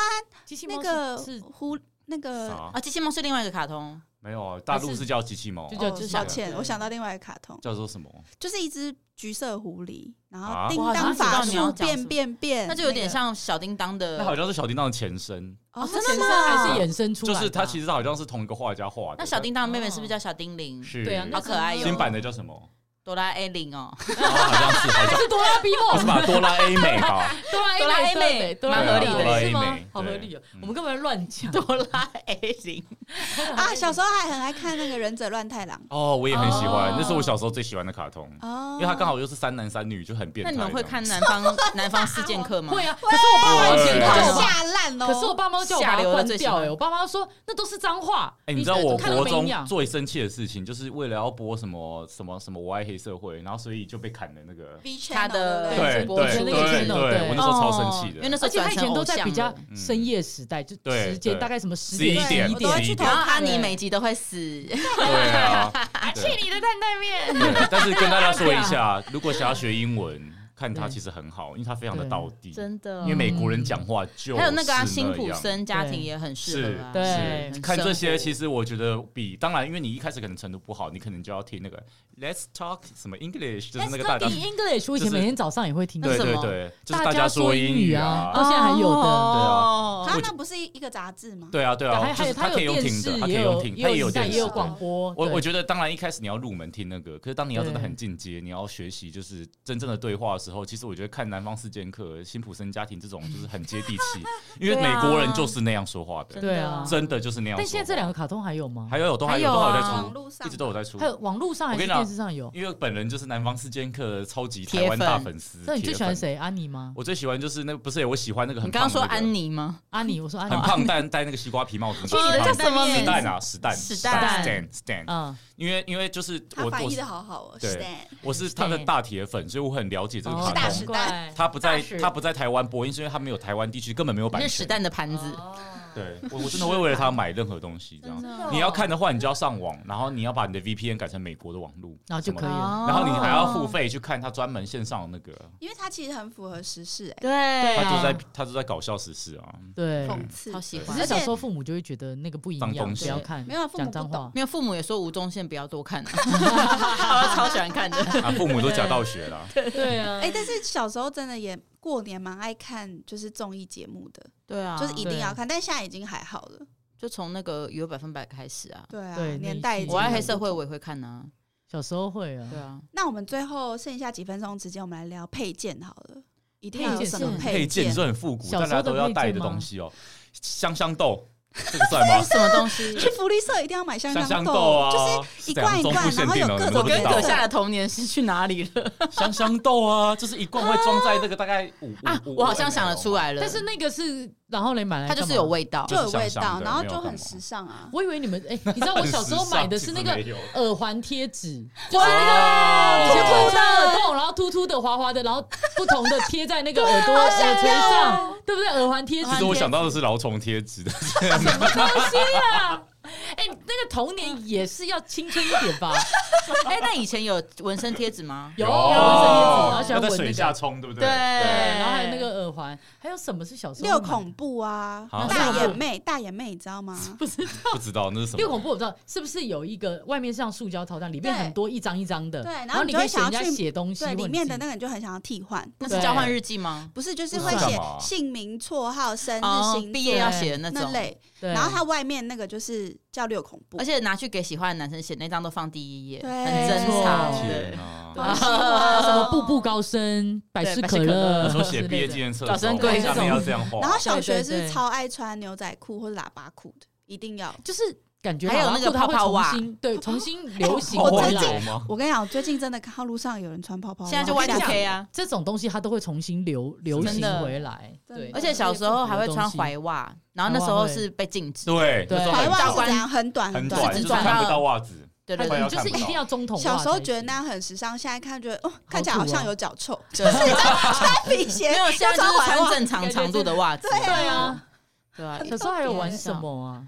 [SPEAKER 4] 机器
[SPEAKER 1] 那
[SPEAKER 4] 猫
[SPEAKER 1] 个哦
[SPEAKER 4] 是是
[SPEAKER 1] 狐，那个
[SPEAKER 2] 啥
[SPEAKER 3] 啊？机器猫是另外一个卡通，
[SPEAKER 2] 没有啊，大陆是叫机器猫
[SPEAKER 4] 就
[SPEAKER 2] 啊，
[SPEAKER 4] 叫
[SPEAKER 1] 哦
[SPEAKER 4] 就是
[SPEAKER 1] 抱
[SPEAKER 2] 小
[SPEAKER 1] 歉，
[SPEAKER 4] 对
[SPEAKER 1] 我想到另外一个卡通，
[SPEAKER 2] 叫做什么？
[SPEAKER 1] 就是一只橘色狐狸，然后
[SPEAKER 2] 啊
[SPEAKER 1] 叮
[SPEAKER 3] 我好
[SPEAKER 1] 当
[SPEAKER 3] 像知道
[SPEAKER 1] 法
[SPEAKER 3] 你要
[SPEAKER 1] 术
[SPEAKER 3] 讲什
[SPEAKER 1] 变
[SPEAKER 3] 么
[SPEAKER 1] 变变，
[SPEAKER 3] 那就有点
[SPEAKER 1] 个
[SPEAKER 3] 像小叮当的
[SPEAKER 2] 那。好像是小叮当的前身，
[SPEAKER 1] 哦，
[SPEAKER 4] 前
[SPEAKER 1] 真的
[SPEAKER 4] 身
[SPEAKER 1] 吗
[SPEAKER 4] 啊还是衍生出来
[SPEAKER 2] 就
[SPEAKER 4] 的啊？
[SPEAKER 2] 是它其实好像是同一个画家画的。
[SPEAKER 3] 那小叮当的妹妹
[SPEAKER 4] 哦
[SPEAKER 3] 是不是叫小叮铃
[SPEAKER 2] 但？是
[SPEAKER 4] 对啊，那
[SPEAKER 3] 好可爱
[SPEAKER 4] 时
[SPEAKER 3] 哟
[SPEAKER 4] 候
[SPEAKER 2] 新版的叫什么？
[SPEAKER 3] 哆啦 A 铃哦，
[SPEAKER 2] 啊好像是，好像
[SPEAKER 4] 是哆啦 A
[SPEAKER 2] 不是
[SPEAKER 4] 梦，
[SPEAKER 2] 吧？哆啦 A 美吧？
[SPEAKER 4] 哆啦
[SPEAKER 3] 哆啦 A
[SPEAKER 4] 对
[SPEAKER 3] 妹
[SPEAKER 4] 哆啦
[SPEAKER 3] 蛮
[SPEAKER 4] A
[SPEAKER 3] 合理的
[SPEAKER 4] 梦
[SPEAKER 2] 哆啦 A
[SPEAKER 4] 是吗
[SPEAKER 2] 妹？
[SPEAKER 4] 好合
[SPEAKER 2] 对
[SPEAKER 4] 理哦，
[SPEAKER 2] 嗯
[SPEAKER 4] 我们根本乱讲。
[SPEAKER 3] 哆啦 A 铃，
[SPEAKER 1] 啊，小时候还很爱看那个忍者乱太郎
[SPEAKER 2] 哦，我也很喜欢
[SPEAKER 4] 哦，
[SPEAKER 2] 那是我小时候最喜欢的卡通，
[SPEAKER 1] 哦，
[SPEAKER 2] 因为它刚好又是三男三女，就很变
[SPEAKER 3] 那
[SPEAKER 2] 态
[SPEAKER 3] 你
[SPEAKER 2] 这样。
[SPEAKER 3] 们会看南方 南方四剑客吗？
[SPEAKER 4] 会啊，可是我爸妈以前
[SPEAKER 2] 对
[SPEAKER 1] 看
[SPEAKER 4] 看
[SPEAKER 1] 我
[SPEAKER 4] 我。
[SPEAKER 1] 吓烂哦喽。
[SPEAKER 4] 可是我爸妈叫我把
[SPEAKER 3] 下
[SPEAKER 4] 它
[SPEAKER 3] 流的
[SPEAKER 4] 关
[SPEAKER 3] 最喜
[SPEAKER 4] 掉、
[SPEAKER 3] 欢
[SPEAKER 4] 哎，我爸妈说那都是脏话。
[SPEAKER 2] 哎、你知道我
[SPEAKER 4] 看了
[SPEAKER 2] 国
[SPEAKER 4] 没营
[SPEAKER 2] 中
[SPEAKER 4] 养？
[SPEAKER 2] 最生气的事情，就是为了要播什么什么什么我爱黑社会，然后所以就被砍的那个。
[SPEAKER 1] B
[SPEAKER 3] 他
[SPEAKER 1] channel
[SPEAKER 3] 的
[SPEAKER 1] 对不对
[SPEAKER 2] 对
[SPEAKER 3] 博主
[SPEAKER 4] 对
[SPEAKER 2] 对对，我那时候超生气
[SPEAKER 3] 哦因为那
[SPEAKER 2] 的。
[SPEAKER 3] 时
[SPEAKER 4] 而
[SPEAKER 3] 候
[SPEAKER 4] 且他
[SPEAKER 3] 转
[SPEAKER 4] 以前
[SPEAKER 3] 成
[SPEAKER 4] 都
[SPEAKER 3] 偶
[SPEAKER 4] 在
[SPEAKER 3] 像
[SPEAKER 4] 比较
[SPEAKER 3] 了
[SPEAKER 4] 深夜时代，就
[SPEAKER 2] 嗯对
[SPEAKER 4] 时间
[SPEAKER 2] 对
[SPEAKER 4] 大概什么十点
[SPEAKER 2] 11点
[SPEAKER 4] 一
[SPEAKER 1] 我都会去
[SPEAKER 4] 点
[SPEAKER 1] 偷
[SPEAKER 3] 然后阿
[SPEAKER 1] 看
[SPEAKER 3] 尼
[SPEAKER 1] 欸
[SPEAKER 3] 每集都会死，
[SPEAKER 2] 对啊，对
[SPEAKER 3] 你的担担面。
[SPEAKER 2] 对但是跟大家说一 下，如果想要学英文，看它其实很好，因为它非常的道地，
[SPEAKER 3] 真的，
[SPEAKER 2] 因为美国人讲话就是
[SPEAKER 3] 还有那个啊，
[SPEAKER 2] 样
[SPEAKER 3] 辛普森家庭也很适合啊，
[SPEAKER 4] 对
[SPEAKER 3] 很
[SPEAKER 2] 是
[SPEAKER 3] 生活
[SPEAKER 2] 看这些，其实我觉得比当然，因为你一开始可能程度不好，你可能就要听那个 Let's talk 什么 English，就是那个大家
[SPEAKER 4] In English，我以前
[SPEAKER 2] 就是
[SPEAKER 4] 每天早上也会听到，
[SPEAKER 2] 对
[SPEAKER 3] 那是
[SPEAKER 2] 对
[SPEAKER 3] 什么
[SPEAKER 2] 对，就是大
[SPEAKER 4] 大
[SPEAKER 2] 家说英
[SPEAKER 4] 英
[SPEAKER 2] 语
[SPEAKER 4] 啊
[SPEAKER 2] 啊，，
[SPEAKER 4] 到现在还有的。
[SPEAKER 2] 哦
[SPEAKER 1] 他
[SPEAKER 2] 我
[SPEAKER 1] 那不是一个杂志吗？
[SPEAKER 2] 对啊，对
[SPEAKER 4] 还
[SPEAKER 2] 啊，就
[SPEAKER 4] 还有
[SPEAKER 2] 是它
[SPEAKER 4] 有
[SPEAKER 2] 可以用
[SPEAKER 4] 电
[SPEAKER 2] 听
[SPEAKER 4] 视
[SPEAKER 2] 的，它，可以
[SPEAKER 4] 也
[SPEAKER 2] 用
[SPEAKER 4] 有
[SPEAKER 2] 听，它
[SPEAKER 4] 也
[SPEAKER 2] 有
[SPEAKER 4] 有
[SPEAKER 2] 电视，
[SPEAKER 4] 也有
[SPEAKER 2] 对
[SPEAKER 4] 广播。
[SPEAKER 2] 我
[SPEAKER 4] 对
[SPEAKER 2] 我觉得，当然一开始你要入门听那个，可是当你要真的
[SPEAKER 4] 对
[SPEAKER 2] 很进阶，你要学习就是真正的对话的时候，其实我觉得看《南方四剑客》《辛普森家庭》这种就是很接地气，因为
[SPEAKER 3] 对
[SPEAKER 2] 美
[SPEAKER 3] 啊
[SPEAKER 2] 国人就是那样说话的，
[SPEAKER 4] 对啊
[SPEAKER 2] 真的就是那样说话。
[SPEAKER 4] 但现在这两个卡通还有吗？
[SPEAKER 2] 还有有都还
[SPEAKER 3] 还
[SPEAKER 2] 有
[SPEAKER 3] 有
[SPEAKER 2] 都还有
[SPEAKER 3] 啊
[SPEAKER 2] 在
[SPEAKER 1] 网
[SPEAKER 2] 出，
[SPEAKER 1] 络
[SPEAKER 2] 一
[SPEAKER 1] 上
[SPEAKER 2] 直都有在出
[SPEAKER 4] 还。有网络上还
[SPEAKER 2] 我
[SPEAKER 4] 是
[SPEAKER 2] 跟你讲
[SPEAKER 4] 电视上有？
[SPEAKER 2] 因为本人就是《南方四剑客》超级
[SPEAKER 3] 铁
[SPEAKER 2] 台湾大
[SPEAKER 3] 粉
[SPEAKER 2] 粉丝，
[SPEAKER 4] 那你最
[SPEAKER 2] 铁
[SPEAKER 4] 喜欢
[SPEAKER 2] 粉？
[SPEAKER 4] 谁？安妮吗？
[SPEAKER 2] 我最喜欢就是那个不是我喜欢那个很
[SPEAKER 3] 你刚刚说
[SPEAKER 2] 胖的那个
[SPEAKER 3] 安妮吗？
[SPEAKER 4] 安妮，我说安
[SPEAKER 2] 很
[SPEAKER 4] 妮，
[SPEAKER 2] 胖但戴那个西瓜皮帽子，
[SPEAKER 3] 去你的叫什么
[SPEAKER 2] 史
[SPEAKER 3] 名
[SPEAKER 2] 蛋
[SPEAKER 3] 字？
[SPEAKER 2] 啊，史蛋，
[SPEAKER 3] 史
[SPEAKER 2] 蛋
[SPEAKER 3] 蛋
[SPEAKER 2] ，Stan Stan，
[SPEAKER 4] 嗯，
[SPEAKER 2] 因为因为就是
[SPEAKER 1] 他
[SPEAKER 2] 我
[SPEAKER 1] 翻
[SPEAKER 2] 我
[SPEAKER 1] 译
[SPEAKER 2] 是
[SPEAKER 1] 的好好哦
[SPEAKER 2] 对
[SPEAKER 1] ，Stan。
[SPEAKER 2] 我是他的大铁粉，所以我很了解这个
[SPEAKER 1] 哦
[SPEAKER 2] 卡
[SPEAKER 1] 大
[SPEAKER 2] 通
[SPEAKER 1] 史。蛋
[SPEAKER 2] 他不在
[SPEAKER 3] 大使
[SPEAKER 2] 他不在台湾播音，是因为他没有台湾地区根本没有版
[SPEAKER 3] 你
[SPEAKER 2] 权。
[SPEAKER 3] 是史蛋的盘子，
[SPEAKER 1] 哦
[SPEAKER 2] 对我我真的会为了他买任何东西这样。
[SPEAKER 3] 哦
[SPEAKER 2] 哦你要看的话，你就要上网，然后你要把你的 VPN 改成美国的网路，
[SPEAKER 4] 然后就可以啊
[SPEAKER 2] 什么
[SPEAKER 4] 了。
[SPEAKER 2] 的然后你还要
[SPEAKER 3] 哦
[SPEAKER 2] 付费去看他专门线上的那个，
[SPEAKER 1] 因为他其实很符合时事、哎，
[SPEAKER 3] 对
[SPEAKER 2] 他
[SPEAKER 4] 啊
[SPEAKER 2] 就在他就在搞笑时事啊。
[SPEAKER 4] 对，
[SPEAKER 1] 讽刺
[SPEAKER 3] 好。喜
[SPEAKER 4] 只
[SPEAKER 3] 欢
[SPEAKER 4] 是
[SPEAKER 1] 而。
[SPEAKER 4] 小
[SPEAKER 1] 且
[SPEAKER 4] 时候父母就会觉得那个不营
[SPEAKER 2] 放
[SPEAKER 4] 养，
[SPEAKER 2] 东
[SPEAKER 4] 不
[SPEAKER 2] 西
[SPEAKER 4] 要看，
[SPEAKER 1] 没有啊父母
[SPEAKER 4] 讲脏
[SPEAKER 1] 不懂
[SPEAKER 4] 话。
[SPEAKER 3] 没有父母也说吴宗宪不要多 看、啊，我超喜欢看的。
[SPEAKER 2] 啊，父母都假道学了，
[SPEAKER 4] 对啊
[SPEAKER 1] 哎、但是小时候真的也过年蛮爱看，就是综艺节目的，
[SPEAKER 3] 对啊，
[SPEAKER 1] 就是一定要看，但现在已经还好了。
[SPEAKER 3] 就从那个娱乐百分百开始啊。
[SPEAKER 1] 对啊，
[SPEAKER 4] 对
[SPEAKER 1] 年代已
[SPEAKER 4] 对
[SPEAKER 1] 经
[SPEAKER 3] 我爱
[SPEAKER 1] 很
[SPEAKER 3] 黑社会，
[SPEAKER 1] 不同。
[SPEAKER 3] 我也会看啊。
[SPEAKER 4] 小时候会
[SPEAKER 3] 对
[SPEAKER 4] 啊，
[SPEAKER 3] 啊，
[SPEAKER 1] 那我们最后剩下几分钟时间，我们来聊配件好了。一定要有
[SPEAKER 4] 配
[SPEAKER 1] 什
[SPEAKER 4] 件
[SPEAKER 1] 么
[SPEAKER 4] 是
[SPEAKER 2] 配件
[SPEAKER 1] 件？
[SPEAKER 2] 是很复古，
[SPEAKER 4] 小
[SPEAKER 2] 大
[SPEAKER 4] 时候
[SPEAKER 2] 家
[SPEAKER 4] 的
[SPEAKER 2] 都要带的
[SPEAKER 4] 配件吗
[SPEAKER 2] 东西哦。香香豆，这个算吗
[SPEAKER 3] 这？是啊什么东西？
[SPEAKER 1] 去福利社一定要买香
[SPEAKER 2] 香
[SPEAKER 1] 香
[SPEAKER 2] 香豆啊，
[SPEAKER 1] 就是一
[SPEAKER 2] 这样
[SPEAKER 1] 罐一
[SPEAKER 2] 中部
[SPEAKER 1] 罐，然
[SPEAKER 2] 限
[SPEAKER 1] 后
[SPEAKER 2] 定
[SPEAKER 1] 有
[SPEAKER 2] 哦
[SPEAKER 1] 各
[SPEAKER 2] 你们
[SPEAKER 1] 种
[SPEAKER 2] 都不知
[SPEAKER 1] 颜
[SPEAKER 3] 跟
[SPEAKER 2] 道
[SPEAKER 3] 阁
[SPEAKER 1] 色。
[SPEAKER 3] 下的童年是去哪里了
[SPEAKER 2] 香香豆啊，就是一罐会装在那个大概五
[SPEAKER 3] 啊？
[SPEAKER 2] 五五
[SPEAKER 3] 我好像想得出来了，
[SPEAKER 4] 但是那个是，然后嘞买来
[SPEAKER 3] 它
[SPEAKER 4] 干嘛
[SPEAKER 3] 就是有。味道
[SPEAKER 1] 就。有味
[SPEAKER 2] 就是香
[SPEAKER 1] 道，
[SPEAKER 2] 香的
[SPEAKER 1] 然后
[SPEAKER 2] 没有
[SPEAKER 1] 就
[SPEAKER 2] 干
[SPEAKER 1] 很
[SPEAKER 2] 嘛
[SPEAKER 1] 时尚啊。
[SPEAKER 4] 我以为你们 哎，你知道我小时候买的是那
[SPEAKER 2] 很时尚
[SPEAKER 4] 个
[SPEAKER 2] 其实没
[SPEAKER 4] 耳环贴纸，
[SPEAKER 2] 有
[SPEAKER 4] 以前会
[SPEAKER 2] 哦
[SPEAKER 4] 有小耳啊洞，然后凸凸的、滑滑的，然后不同的贴在那个耳
[SPEAKER 1] 啊
[SPEAKER 4] 朵、耳
[SPEAKER 1] 哦
[SPEAKER 4] 垂上，对不对？耳环贴纸，
[SPEAKER 2] 其实我想到的是老虫贴纸的，
[SPEAKER 4] 东西啊！哎、那个童
[SPEAKER 1] 嗯
[SPEAKER 4] 年也是要青春一 点吧？
[SPEAKER 3] 哎，那以前有纹身贴纸吗？
[SPEAKER 4] 有
[SPEAKER 2] 哦
[SPEAKER 4] 有身
[SPEAKER 2] 要
[SPEAKER 4] 然后
[SPEAKER 2] 在
[SPEAKER 4] 喜欢
[SPEAKER 2] 水
[SPEAKER 4] 闻
[SPEAKER 2] 下
[SPEAKER 4] 那个，
[SPEAKER 2] 冲，对不
[SPEAKER 3] 对，
[SPEAKER 2] 对？
[SPEAKER 4] 然后还有那个耳环，还有什么是小时候
[SPEAKER 1] 六
[SPEAKER 4] 买的
[SPEAKER 1] 恐怖啊，
[SPEAKER 2] 好
[SPEAKER 1] 大
[SPEAKER 4] 六恐
[SPEAKER 1] 眼
[SPEAKER 4] 怖
[SPEAKER 1] 妹，大眼妹，你知道吗？
[SPEAKER 2] 不知道那是什么。
[SPEAKER 4] 六恐怖我不知道是不是有一个外面像塑胶套但里
[SPEAKER 1] 对
[SPEAKER 4] 面很多一张一张的，
[SPEAKER 1] 对然后
[SPEAKER 4] 然后
[SPEAKER 1] 你
[SPEAKER 4] 你
[SPEAKER 1] 就
[SPEAKER 4] 可
[SPEAKER 1] 会
[SPEAKER 4] 以写
[SPEAKER 1] 想要
[SPEAKER 4] 人家
[SPEAKER 1] 去
[SPEAKER 4] 写东西，
[SPEAKER 1] 对，
[SPEAKER 4] 或
[SPEAKER 1] 里
[SPEAKER 4] 者
[SPEAKER 1] 面
[SPEAKER 4] 你
[SPEAKER 1] 的
[SPEAKER 4] 自己
[SPEAKER 1] 那个你就很想要替换，
[SPEAKER 3] 那是交换日记吗？
[SPEAKER 1] 不是就是
[SPEAKER 4] 不
[SPEAKER 1] 会
[SPEAKER 4] 是
[SPEAKER 1] 写
[SPEAKER 2] 干嘛
[SPEAKER 1] 姓名、绰号、生日、
[SPEAKER 3] 哦
[SPEAKER 1] 星，
[SPEAKER 3] 毕业要写的那
[SPEAKER 1] 那
[SPEAKER 3] 种。
[SPEAKER 1] 类，
[SPEAKER 4] 对
[SPEAKER 1] 然后它外面那个就是叫六孔布，
[SPEAKER 3] 而且拿去给喜欢的男生写，那张都放第一页，
[SPEAKER 1] 对
[SPEAKER 3] 很珍藏
[SPEAKER 4] 没错
[SPEAKER 3] 的
[SPEAKER 2] 天。啊！
[SPEAKER 1] 恭喜
[SPEAKER 4] 啊，
[SPEAKER 1] 我
[SPEAKER 4] 什么步步高升、百
[SPEAKER 3] 对
[SPEAKER 4] 事
[SPEAKER 3] 百
[SPEAKER 4] 可
[SPEAKER 3] 事可乐
[SPEAKER 4] 乐
[SPEAKER 2] 那时
[SPEAKER 4] 之类的，
[SPEAKER 2] 候写毕业纪念册的时
[SPEAKER 3] 早
[SPEAKER 2] 候，
[SPEAKER 3] 生贵
[SPEAKER 2] 下面
[SPEAKER 4] 子
[SPEAKER 2] 要这样画。
[SPEAKER 1] 然后小学
[SPEAKER 3] 对对
[SPEAKER 1] 是
[SPEAKER 3] 对
[SPEAKER 1] 超爱穿牛仔裤或者喇叭裤的，一定要。
[SPEAKER 4] 就是感觉
[SPEAKER 3] 还有那个
[SPEAKER 4] 它会
[SPEAKER 3] 泡泡袜
[SPEAKER 4] 重新对重 新流行
[SPEAKER 1] 我
[SPEAKER 4] 回
[SPEAKER 1] 真
[SPEAKER 4] 来
[SPEAKER 2] 有。吗？
[SPEAKER 1] 我跟你讲，我最近真的看到路上有人穿泡泡袜，
[SPEAKER 3] 现在就 Y2K 啊，
[SPEAKER 4] 这种东西它都会重新流流行回来，
[SPEAKER 1] 真的
[SPEAKER 4] 对
[SPEAKER 1] 真的，
[SPEAKER 3] 而且小时候还会穿怀袜，然后那时候是被禁止，
[SPEAKER 2] 对，
[SPEAKER 4] 对
[SPEAKER 2] 那时候
[SPEAKER 1] 白
[SPEAKER 2] 很
[SPEAKER 1] 袜
[SPEAKER 3] 教
[SPEAKER 1] 是
[SPEAKER 3] 官
[SPEAKER 1] 怎样很短
[SPEAKER 2] 很
[SPEAKER 1] 短
[SPEAKER 2] 短，
[SPEAKER 3] 只
[SPEAKER 2] 就是
[SPEAKER 3] 短
[SPEAKER 2] 看
[SPEAKER 3] 到
[SPEAKER 2] 不到袜子。
[SPEAKER 3] 对对
[SPEAKER 2] 对
[SPEAKER 3] 对
[SPEAKER 2] 对
[SPEAKER 4] 你就是一定要中筒袜才行。
[SPEAKER 1] 小时候觉得那样很时尚，现在看觉得哦，看起来
[SPEAKER 4] 好
[SPEAKER 1] 好
[SPEAKER 4] 酷哦
[SPEAKER 1] 像有脚臭，
[SPEAKER 3] 对，
[SPEAKER 1] 穿皮鞋
[SPEAKER 3] 没有现在就是穿
[SPEAKER 1] 踝袜
[SPEAKER 3] 正常长度的袜子，
[SPEAKER 1] 对
[SPEAKER 4] 对
[SPEAKER 1] 啊，
[SPEAKER 4] 啊，
[SPEAKER 3] 对啊，
[SPEAKER 4] 小时候还有玩什么啊？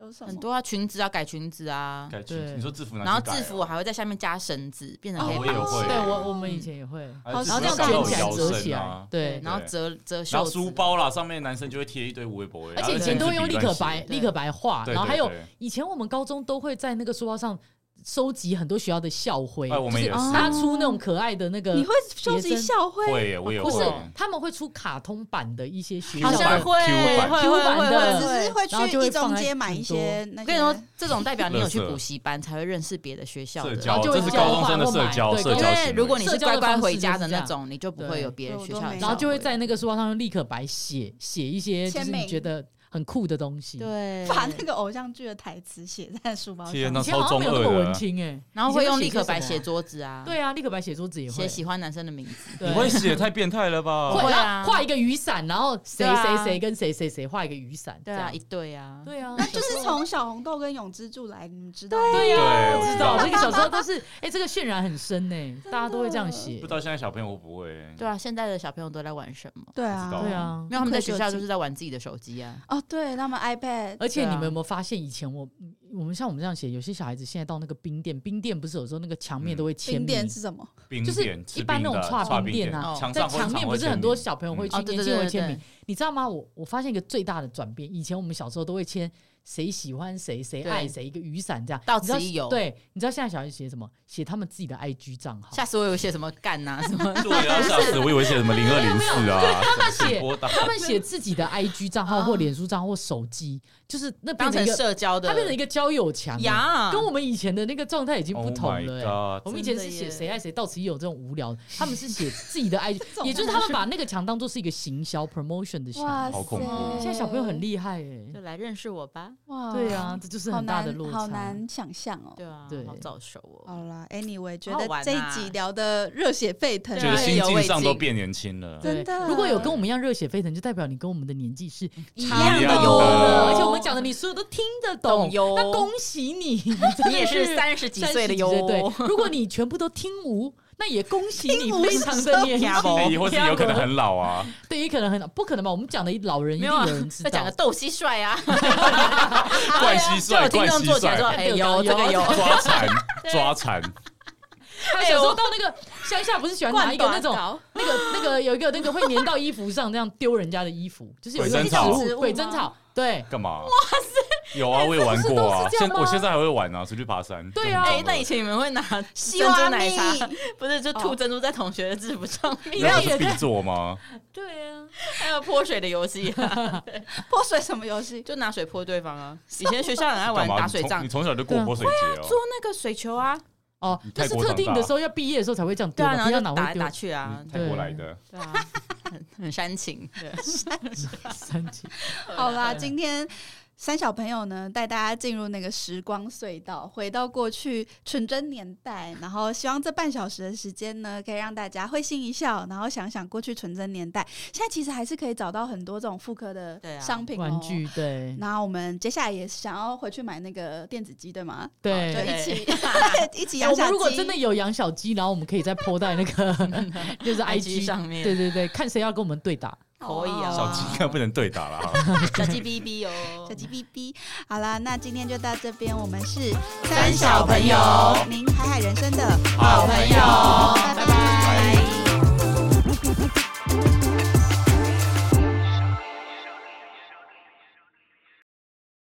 [SPEAKER 1] 有什么
[SPEAKER 3] 很多啊，裙子要改裙子啊，
[SPEAKER 2] 改
[SPEAKER 4] 对
[SPEAKER 2] 去你说制服拿去
[SPEAKER 3] 然后
[SPEAKER 2] 改
[SPEAKER 3] 制服
[SPEAKER 2] 哦
[SPEAKER 3] 我还会在下面加绳子，变成
[SPEAKER 1] 哦
[SPEAKER 3] 可以
[SPEAKER 2] 我也
[SPEAKER 3] 绑
[SPEAKER 2] 会
[SPEAKER 3] 起
[SPEAKER 4] 啊对
[SPEAKER 3] 来
[SPEAKER 4] 我我们以前也会，
[SPEAKER 1] 好
[SPEAKER 2] 还是
[SPEAKER 4] 然后这
[SPEAKER 1] 时
[SPEAKER 4] 样
[SPEAKER 1] 尚
[SPEAKER 2] 只有
[SPEAKER 4] 卷起来
[SPEAKER 2] 腰
[SPEAKER 4] 折
[SPEAKER 2] 身
[SPEAKER 4] 起来
[SPEAKER 2] 啊，
[SPEAKER 4] 对。
[SPEAKER 3] 然后折折袖
[SPEAKER 2] 然
[SPEAKER 3] 子
[SPEAKER 2] 后书包啦，上面男生就会贴一堆无微博，
[SPEAKER 4] 而且以
[SPEAKER 2] 然后
[SPEAKER 4] 前都
[SPEAKER 2] 甚
[SPEAKER 4] 会
[SPEAKER 2] 至
[SPEAKER 4] 用
[SPEAKER 2] 笔
[SPEAKER 4] 立
[SPEAKER 2] 乱
[SPEAKER 4] 可
[SPEAKER 2] 写
[SPEAKER 4] 白、
[SPEAKER 3] 对
[SPEAKER 4] 立可白画，
[SPEAKER 2] 对
[SPEAKER 4] 然后还有
[SPEAKER 2] 对对
[SPEAKER 4] 以前我们高中都会在那个书包上收集很多学校的校徽，
[SPEAKER 2] 哎，我们
[SPEAKER 4] 就
[SPEAKER 2] 也
[SPEAKER 4] 是
[SPEAKER 2] 是
[SPEAKER 4] 他出那种可爱的那个，
[SPEAKER 1] 你会收集校徽？
[SPEAKER 2] 会耶，我也
[SPEAKER 4] 不
[SPEAKER 2] 会
[SPEAKER 4] 是
[SPEAKER 2] 耶，
[SPEAKER 4] 他们会出卡通版的一些学校
[SPEAKER 3] 好像
[SPEAKER 4] 的，
[SPEAKER 3] 会
[SPEAKER 2] Q
[SPEAKER 3] 会
[SPEAKER 2] 版
[SPEAKER 3] 会
[SPEAKER 4] Q
[SPEAKER 3] 会
[SPEAKER 4] 版
[SPEAKER 2] 嗯
[SPEAKER 3] 会
[SPEAKER 1] 只
[SPEAKER 4] 的
[SPEAKER 1] 是会
[SPEAKER 4] 然后就
[SPEAKER 1] 去
[SPEAKER 4] 会
[SPEAKER 1] 一中
[SPEAKER 4] 放在
[SPEAKER 1] 街买一
[SPEAKER 4] 很多
[SPEAKER 1] 些那些。
[SPEAKER 3] 我跟你说，这种代表你有去
[SPEAKER 2] 垃圾
[SPEAKER 3] 补习班才会认识别的学校
[SPEAKER 2] 社
[SPEAKER 3] 的。
[SPEAKER 2] 交，
[SPEAKER 4] 就会
[SPEAKER 2] 这是
[SPEAKER 4] 交
[SPEAKER 2] 高中
[SPEAKER 4] 换
[SPEAKER 2] 生的
[SPEAKER 4] 或
[SPEAKER 2] 社
[SPEAKER 4] 买
[SPEAKER 2] 交
[SPEAKER 4] 对
[SPEAKER 2] 社
[SPEAKER 4] 因
[SPEAKER 3] 因
[SPEAKER 2] 交
[SPEAKER 3] 为
[SPEAKER 2] 行
[SPEAKER 3] 如果你
[SPEAKER 2] 为
[SPEAKER 3] 是乖乖回家的那
[SPEAKER 4] 社交的方式就是这
[SPEAKER 3] 种，你就不会有别的学校的校
[SPEAKER 1] 对
[SPEAKER 3] 徽，
[SPEAKER 4] 然后就会在那个书包上用立可白写写一些，就
[SPEAKER 1] 签
[SPEAKER 4] 是
[SPEAKER 1] 名
[SPEAKER 4] 你觉得很酷的东西。，
[SPEAKER 3] 对
[SPEAKER 1] 把那个偶像剧的台词写在书包
[SPEAKER 2] 天
[SPEAKER 1] 上
[SPEAKER 2] 哪，
[SPEAKER 4] 以前好像没有那
[SPEAKER 2] 超
[SPEAKER 4] 么
[SPEAKER 2] 中二的
[SPEAKER 4] 文青哎，
[SPEAKER 3] 然后会用立可白
[SPEAKER 4] 以前
[SPEAKER 3] 写
[SPEAKER 4] 都写
[SPEAKER 3] 桌子啊，
[SPEAKER 4] 什么啊。，对啊，立可白写桌子也会
[SPEAKER 3] 写喜欢男生的名字，
[SPEAKER 4] 对
[SPEAKER 2] 你会写太变态了吧？
[SPEAKER 3] 会
[SPEAKER 4] 会
[SPEAKER 3] 啊
[SPEAKER 4] 啊，画一个雨伞，然后谁
[SPEAKER 3] 对啊
[SPEAKER 4] 谁谁跟谁谁谁画一个雨伞，
[SPEAKER 3] 对
[SPEAKER 4] 这
[SPEAKER 3] 啊，
[SPEAKER 4] 样
[SPEAKER 3] 一对啊，
[SPEAKER 4] 对啊，
[SPEAKER 1] 那就是从小红豆跟永之助来，你们知道吗？
[SPEAKER 4] 对
[SPEAKER 2] 对
[SPEAKER 4] 啊，
[SPEAKER 2] 我
[SPEAKER 4] 我
[SPEAKER 2] 知
[SPEAKER 4] 知
[SPEAKER 2] 道
[SPEAKER 4] 道这个小时候都是，哎，这个渲染很深呢，大家都会这样写
[SPEAKER 2] 不知，道现在小朋友会不会？
[SPEAKER 3] 对啊，现在的小朋友都在玩什么？
[SPEAKER 1] 对
[SPEAKER 2] 不知道
[SPEAKER 1] 啊，
[SPEAKER 4] 对啊
[SPEAKER 3] 没。有，他们在学校就是在玩自己的手机啊，
[SPEAKER 1] 哦，对，他们 iPad
[SPEAKER 4] 而且
[SPEAKER 3] 对啊
[SPEAKER 4] 你们有没有发现，以前我我们像我们这样写，有些小孩子现在到那个冰店，冰店不是有时候那个墙面
[SPEAKER 2] 嗯
[SPEAKER 4] 都会签
[SPEAKER 1] 经
[SPEAKER 4] 名
[SPEAKER 1] 典，是什么？
[SPEAKER 2] 冰
[SPEAKER 4] 就是
[SPEAKER 2] 点吃
[SPEAKER 4] 一般
[SPEAKER 2] 冰
[SPEAKER 4] 那种
[SPEAKER 2] 的
[SPEAKER 4] 串
[SPEAKER 2] 串
[SPEAKER 4] 冰
[SPEAKER 2] 店
[SPEAKER 4] 店啊
[SPEAKER 2] 墙
[SPEAKER 4] 在
[SPEAKER 2] 上会？
[SPEAKER 4] 墙面不是很多小朋友会去
[SPEAKER 3] 哦对对
[SPEAKER 4] 年轻人
[SPEAKER 3] 对
[SPEAKER 4] 会签
[SPEAKER 3] 对
[SPEAKER 4] 名，你知道吗？我我发现一个最大的转变，以前我们小时候都会签谁喜欢谁，谁
[SPEAKER 3] 对
[SPEAKER 4] 爱谁，一个雨伞这样。
[SPEAKER 3] 到
[SPEAKER 4] 你知道
[SPEAKER 3] 此一游
[SPEAKER 4] 对，你知道现在小孩写什么？写他们自己的 IG 账号。
[SPEAKER 3] 吓死我！有写什么干呐什么
[SPEAKER 2] 对啊，吓死我！以为写什么零二零四啊，什么
[SPEAKER 4] 写
[SPEAKER 2] 波大
[SPEAKER 4] 他们写自己的 IG 账号或脸书账号或手机，就是那 变
[SPEAKER 3] 当
[SPEAKER 4] 成
[SPEAKER 3] 成
[SPEAKER 4] 一个，
[SPEAKER 3] 社交的，
[SPEAKER 4] 它变成一个交友墙，啊
[SPEAKER 3] 呀，
[SPEAKER 4] 跟我们以前的那个状态已经不同了、欸。
[SPEAKER 2] Oh my god！
[SPEAKER 4] 我们以前是
[SPEAKER 3] 真的
[SPEAKER 4] 写
[SPEAKER 3] 耶
[SPEAKER 4] 谁爱谁，到此一游这种无 聊，他们是写自己的 IG，
[SPEAKER 1] 种
[SPEAKER 4] 也就是他们把那个墙当做是一个行销 promotion 的墙。
[SPEAKER 2] 好恐怖塞
[SPEAKER 4] 现在小朋友很厉害哎、
[SPEAKER 3] 就来认识我吧。
[SPEAKER 1] 哇
[SPEAKER 4] 对啊，，这就是
[SPEAKER 1] 好
[SPEAKER 4] 很大
[SPEAKER 1] 难
[SPEAKER 4] 的落差。
[SPEAKER 1] 好难想象哦。
[SPEAKER 3] 对啊，
[SPEAKER 4] 对
[SPEAKER 3] 好早熟哦。
[SPEAKER 1] 好啦，Anyway，觉
[SPEAKER 3] 好
[SPEAKER 1] 得
[SPEAKER 3] 玩啊
[SPEAKER 1] 这一集聊的热血沸腾，
[SPEAKER 2] 觉得心境上
[SPEAKER 3] 有
[SPEAKER 2] 都
[SPEAKER 3] 味境
[SPEAKER 2] 变年轻了。
[SPEAKER 4] 对
[SPEAKER 1] 真的
[SPEAKER 4] 如果有跟我们一样热血沸腾，就代表你跟我们的年纪是一
[SPEAKER 2] 样的
[SPEAKER 3] 哦
[SPEAKER 4] 的
[SPEAKER 2] 哟
[SPEAKER 4] 而且我们讲的你所有都听得懂
[SPEAKER 3] 懂哟
[SPEAKER 4] 那恭喜你，
[SPEAKER 3] 你也是三十几岁的哟，
[SPEAKER 4] 30对，如果你全部都听无，那也恭喜你
[SPEAKER 1] 听无
[SPEAKER 4] 非常的年轻
[SPEAKER 3] 是什么
[SPEAKER 2] 哎，或是有可能很老啊，
[SPEAKER 4] 对，也可能很不可能吧？我们讲的老人一
[SPEAKER 3] 没
[SPEAKER 4] 定
[SPEAKER 3] 有啊
[SPEAKER 4] 有人知
[SPEAKER 3] 再讲
[SPEAKER 4] 道
[SPEAKER 3] 个。斗蟋蟀啊，
[SPEAKER 2] 怪蟋
[SPEAKER 3] 就有
[SPEAKER 2] 蟀，
[SPEAKER 3] 听
[SPEAKER 2] 怪
[SPEAKER 3] 众
[SPEAKER 2] 蟋
[SPEAKER 3] 坐起来说，
[SPEAKER 2] 蟀，
[SPEAKER 3] 哎呦，这个有，
[SPEAKER 4] 哦
[SPEAKER 2] 抓蝉，抓蝉，
[SPEAKER 4] 他小时候到那个乡下，不是喜欢拿一个那种
[SPEAKER 3] 种
[SPEAKER 4] 那个那个有一个那个会粘到衣服上，这样丢人家的衣服，就是有一
[SPEAKER 2] 鬼
[SPEAKER 4] 个
[SPEAKER 2] 针草
[SPEAKER 4] 植物鬼针草，对
[SPEAKER 2] 干嘛？哇塞，有啊，我也玩过啊
[SPEAKER 4] 不是都是，哎这样
[SPEAKER 2] 现
[SPEAKER 4] 吗
[SPEAKER 2] 我现在还会玩啊，出去爬山。
[SPEAKER 4] 对啊
[SPEAKER 3] 哎，那以前你们会拿珍
[SPEAKER 1] 希
[SPEAKER 3] 珠
[SPEAKER 1] 望
[SPEAKER 3] 奶
[SPEAKER 1] 你
[SPEAKER 3] 茶， 不是就吐珍珠在同学的制服上面，
[SPEAKER 2] 那不是必做 吗？
[SPEAKER 4] 对啊，
[SPEAKER 3] 还有泼水的游戏 啊，
[SPEAKER 1] 泼水什么游戏？
[SPEAKER 3] 就拿水泼对方啊。以前学校很爱玩
[SPEAKER 2] 干嘛
[SPEAKER 3] 打水仗
[SPEAKER 2] 你，从你从小就过泼水节
[SPEAKER 3] 做
[SPEAKER 2] 哦。
[SPEAKER 3] 那个水球啊，
[SPEAKER 4] 哦
[SPEAKER 2] 你，
[SPEAKER 4] 那
[SPEAKER 2] 泰
[SPEAKER 4] 是
[SPEAKER 2] 国
[SPEAKER 4] 特
[SPEAKER 2] 长
[SPEAKER 4] 定
[SPEAKER 2] 大
[SPEAKER 4] 的时候要毕业的时候才会这样丢
[SPEAKER 3] 对
[SPEAKER 4] 吧，
[SPEAKER 3] 啊，然
[SPEAKER 4] 不
[SPEAKER 3] 后
[SPEAKER 4] 要
[SPEAKER 3] 就
[SPEAKER 4] 哪
[SPEAKER 3] 打
[SPEAKER 4] 会丢
[SPEAKER 3] 打去啊，
[SPEAKER 2] 泰国来的，
[SPEAKER 3] 对啊，很很煽情，对，
[SPEAKER 4] 三级。
[SPEAKER 1] 好啦，今天。三小朋友呢，带大家进入那个时光隧道，回到过去纯真年代。然后希望这半小时的时间呢，可以让大家会心一笑，然后想想过去纯真年代。现在其实还是可以找到很多这种复刻的
[SPEAKER 3] 对啊
[SPEAKER 1] 商品、哦
[SPEAKER 4] 玩。具，对
[SPEAKER 1] 那我们接下来也想要回去买那个电子鸡，对吗？
[SPEAKER 4] 对
[SPEAKER 1] 就
[SPEAKER 3] 对
[SPEAKER 1] 一起 一起
[SPEAKER 4] 哎
[SPEAKER 1] 养
[SPEAKER 4] 我
[SPEAKER 1] 小
[SPEAKER 4] 们
[SPEAKER 1] 鸡。
[SPEAKER 4] 如果真的有养小鸡，然后我们可以再 po 在那个 就是
[SPEAKER 3] IG
[SPEAKER 4] IG
[SPEAKER 3] 上面
[SPEAKER 4] 对对对，看谁要跟我们对打。
[SPEAKER 3] 可以啊
[SPEAKER 2] 小鸡应该不能对打了哈。
[SPEAKER 3] 小鸡哔哔哦，
[SPEAKER 1] 小鸡哔哔。好啦，那今天就到这边，我们是
[SPEAKER 3] 三小朋友
[SPEAKER 1] 您海海人生的
[SPEAKER 2] 好朋友
[SPEAKER 1] 拜拜。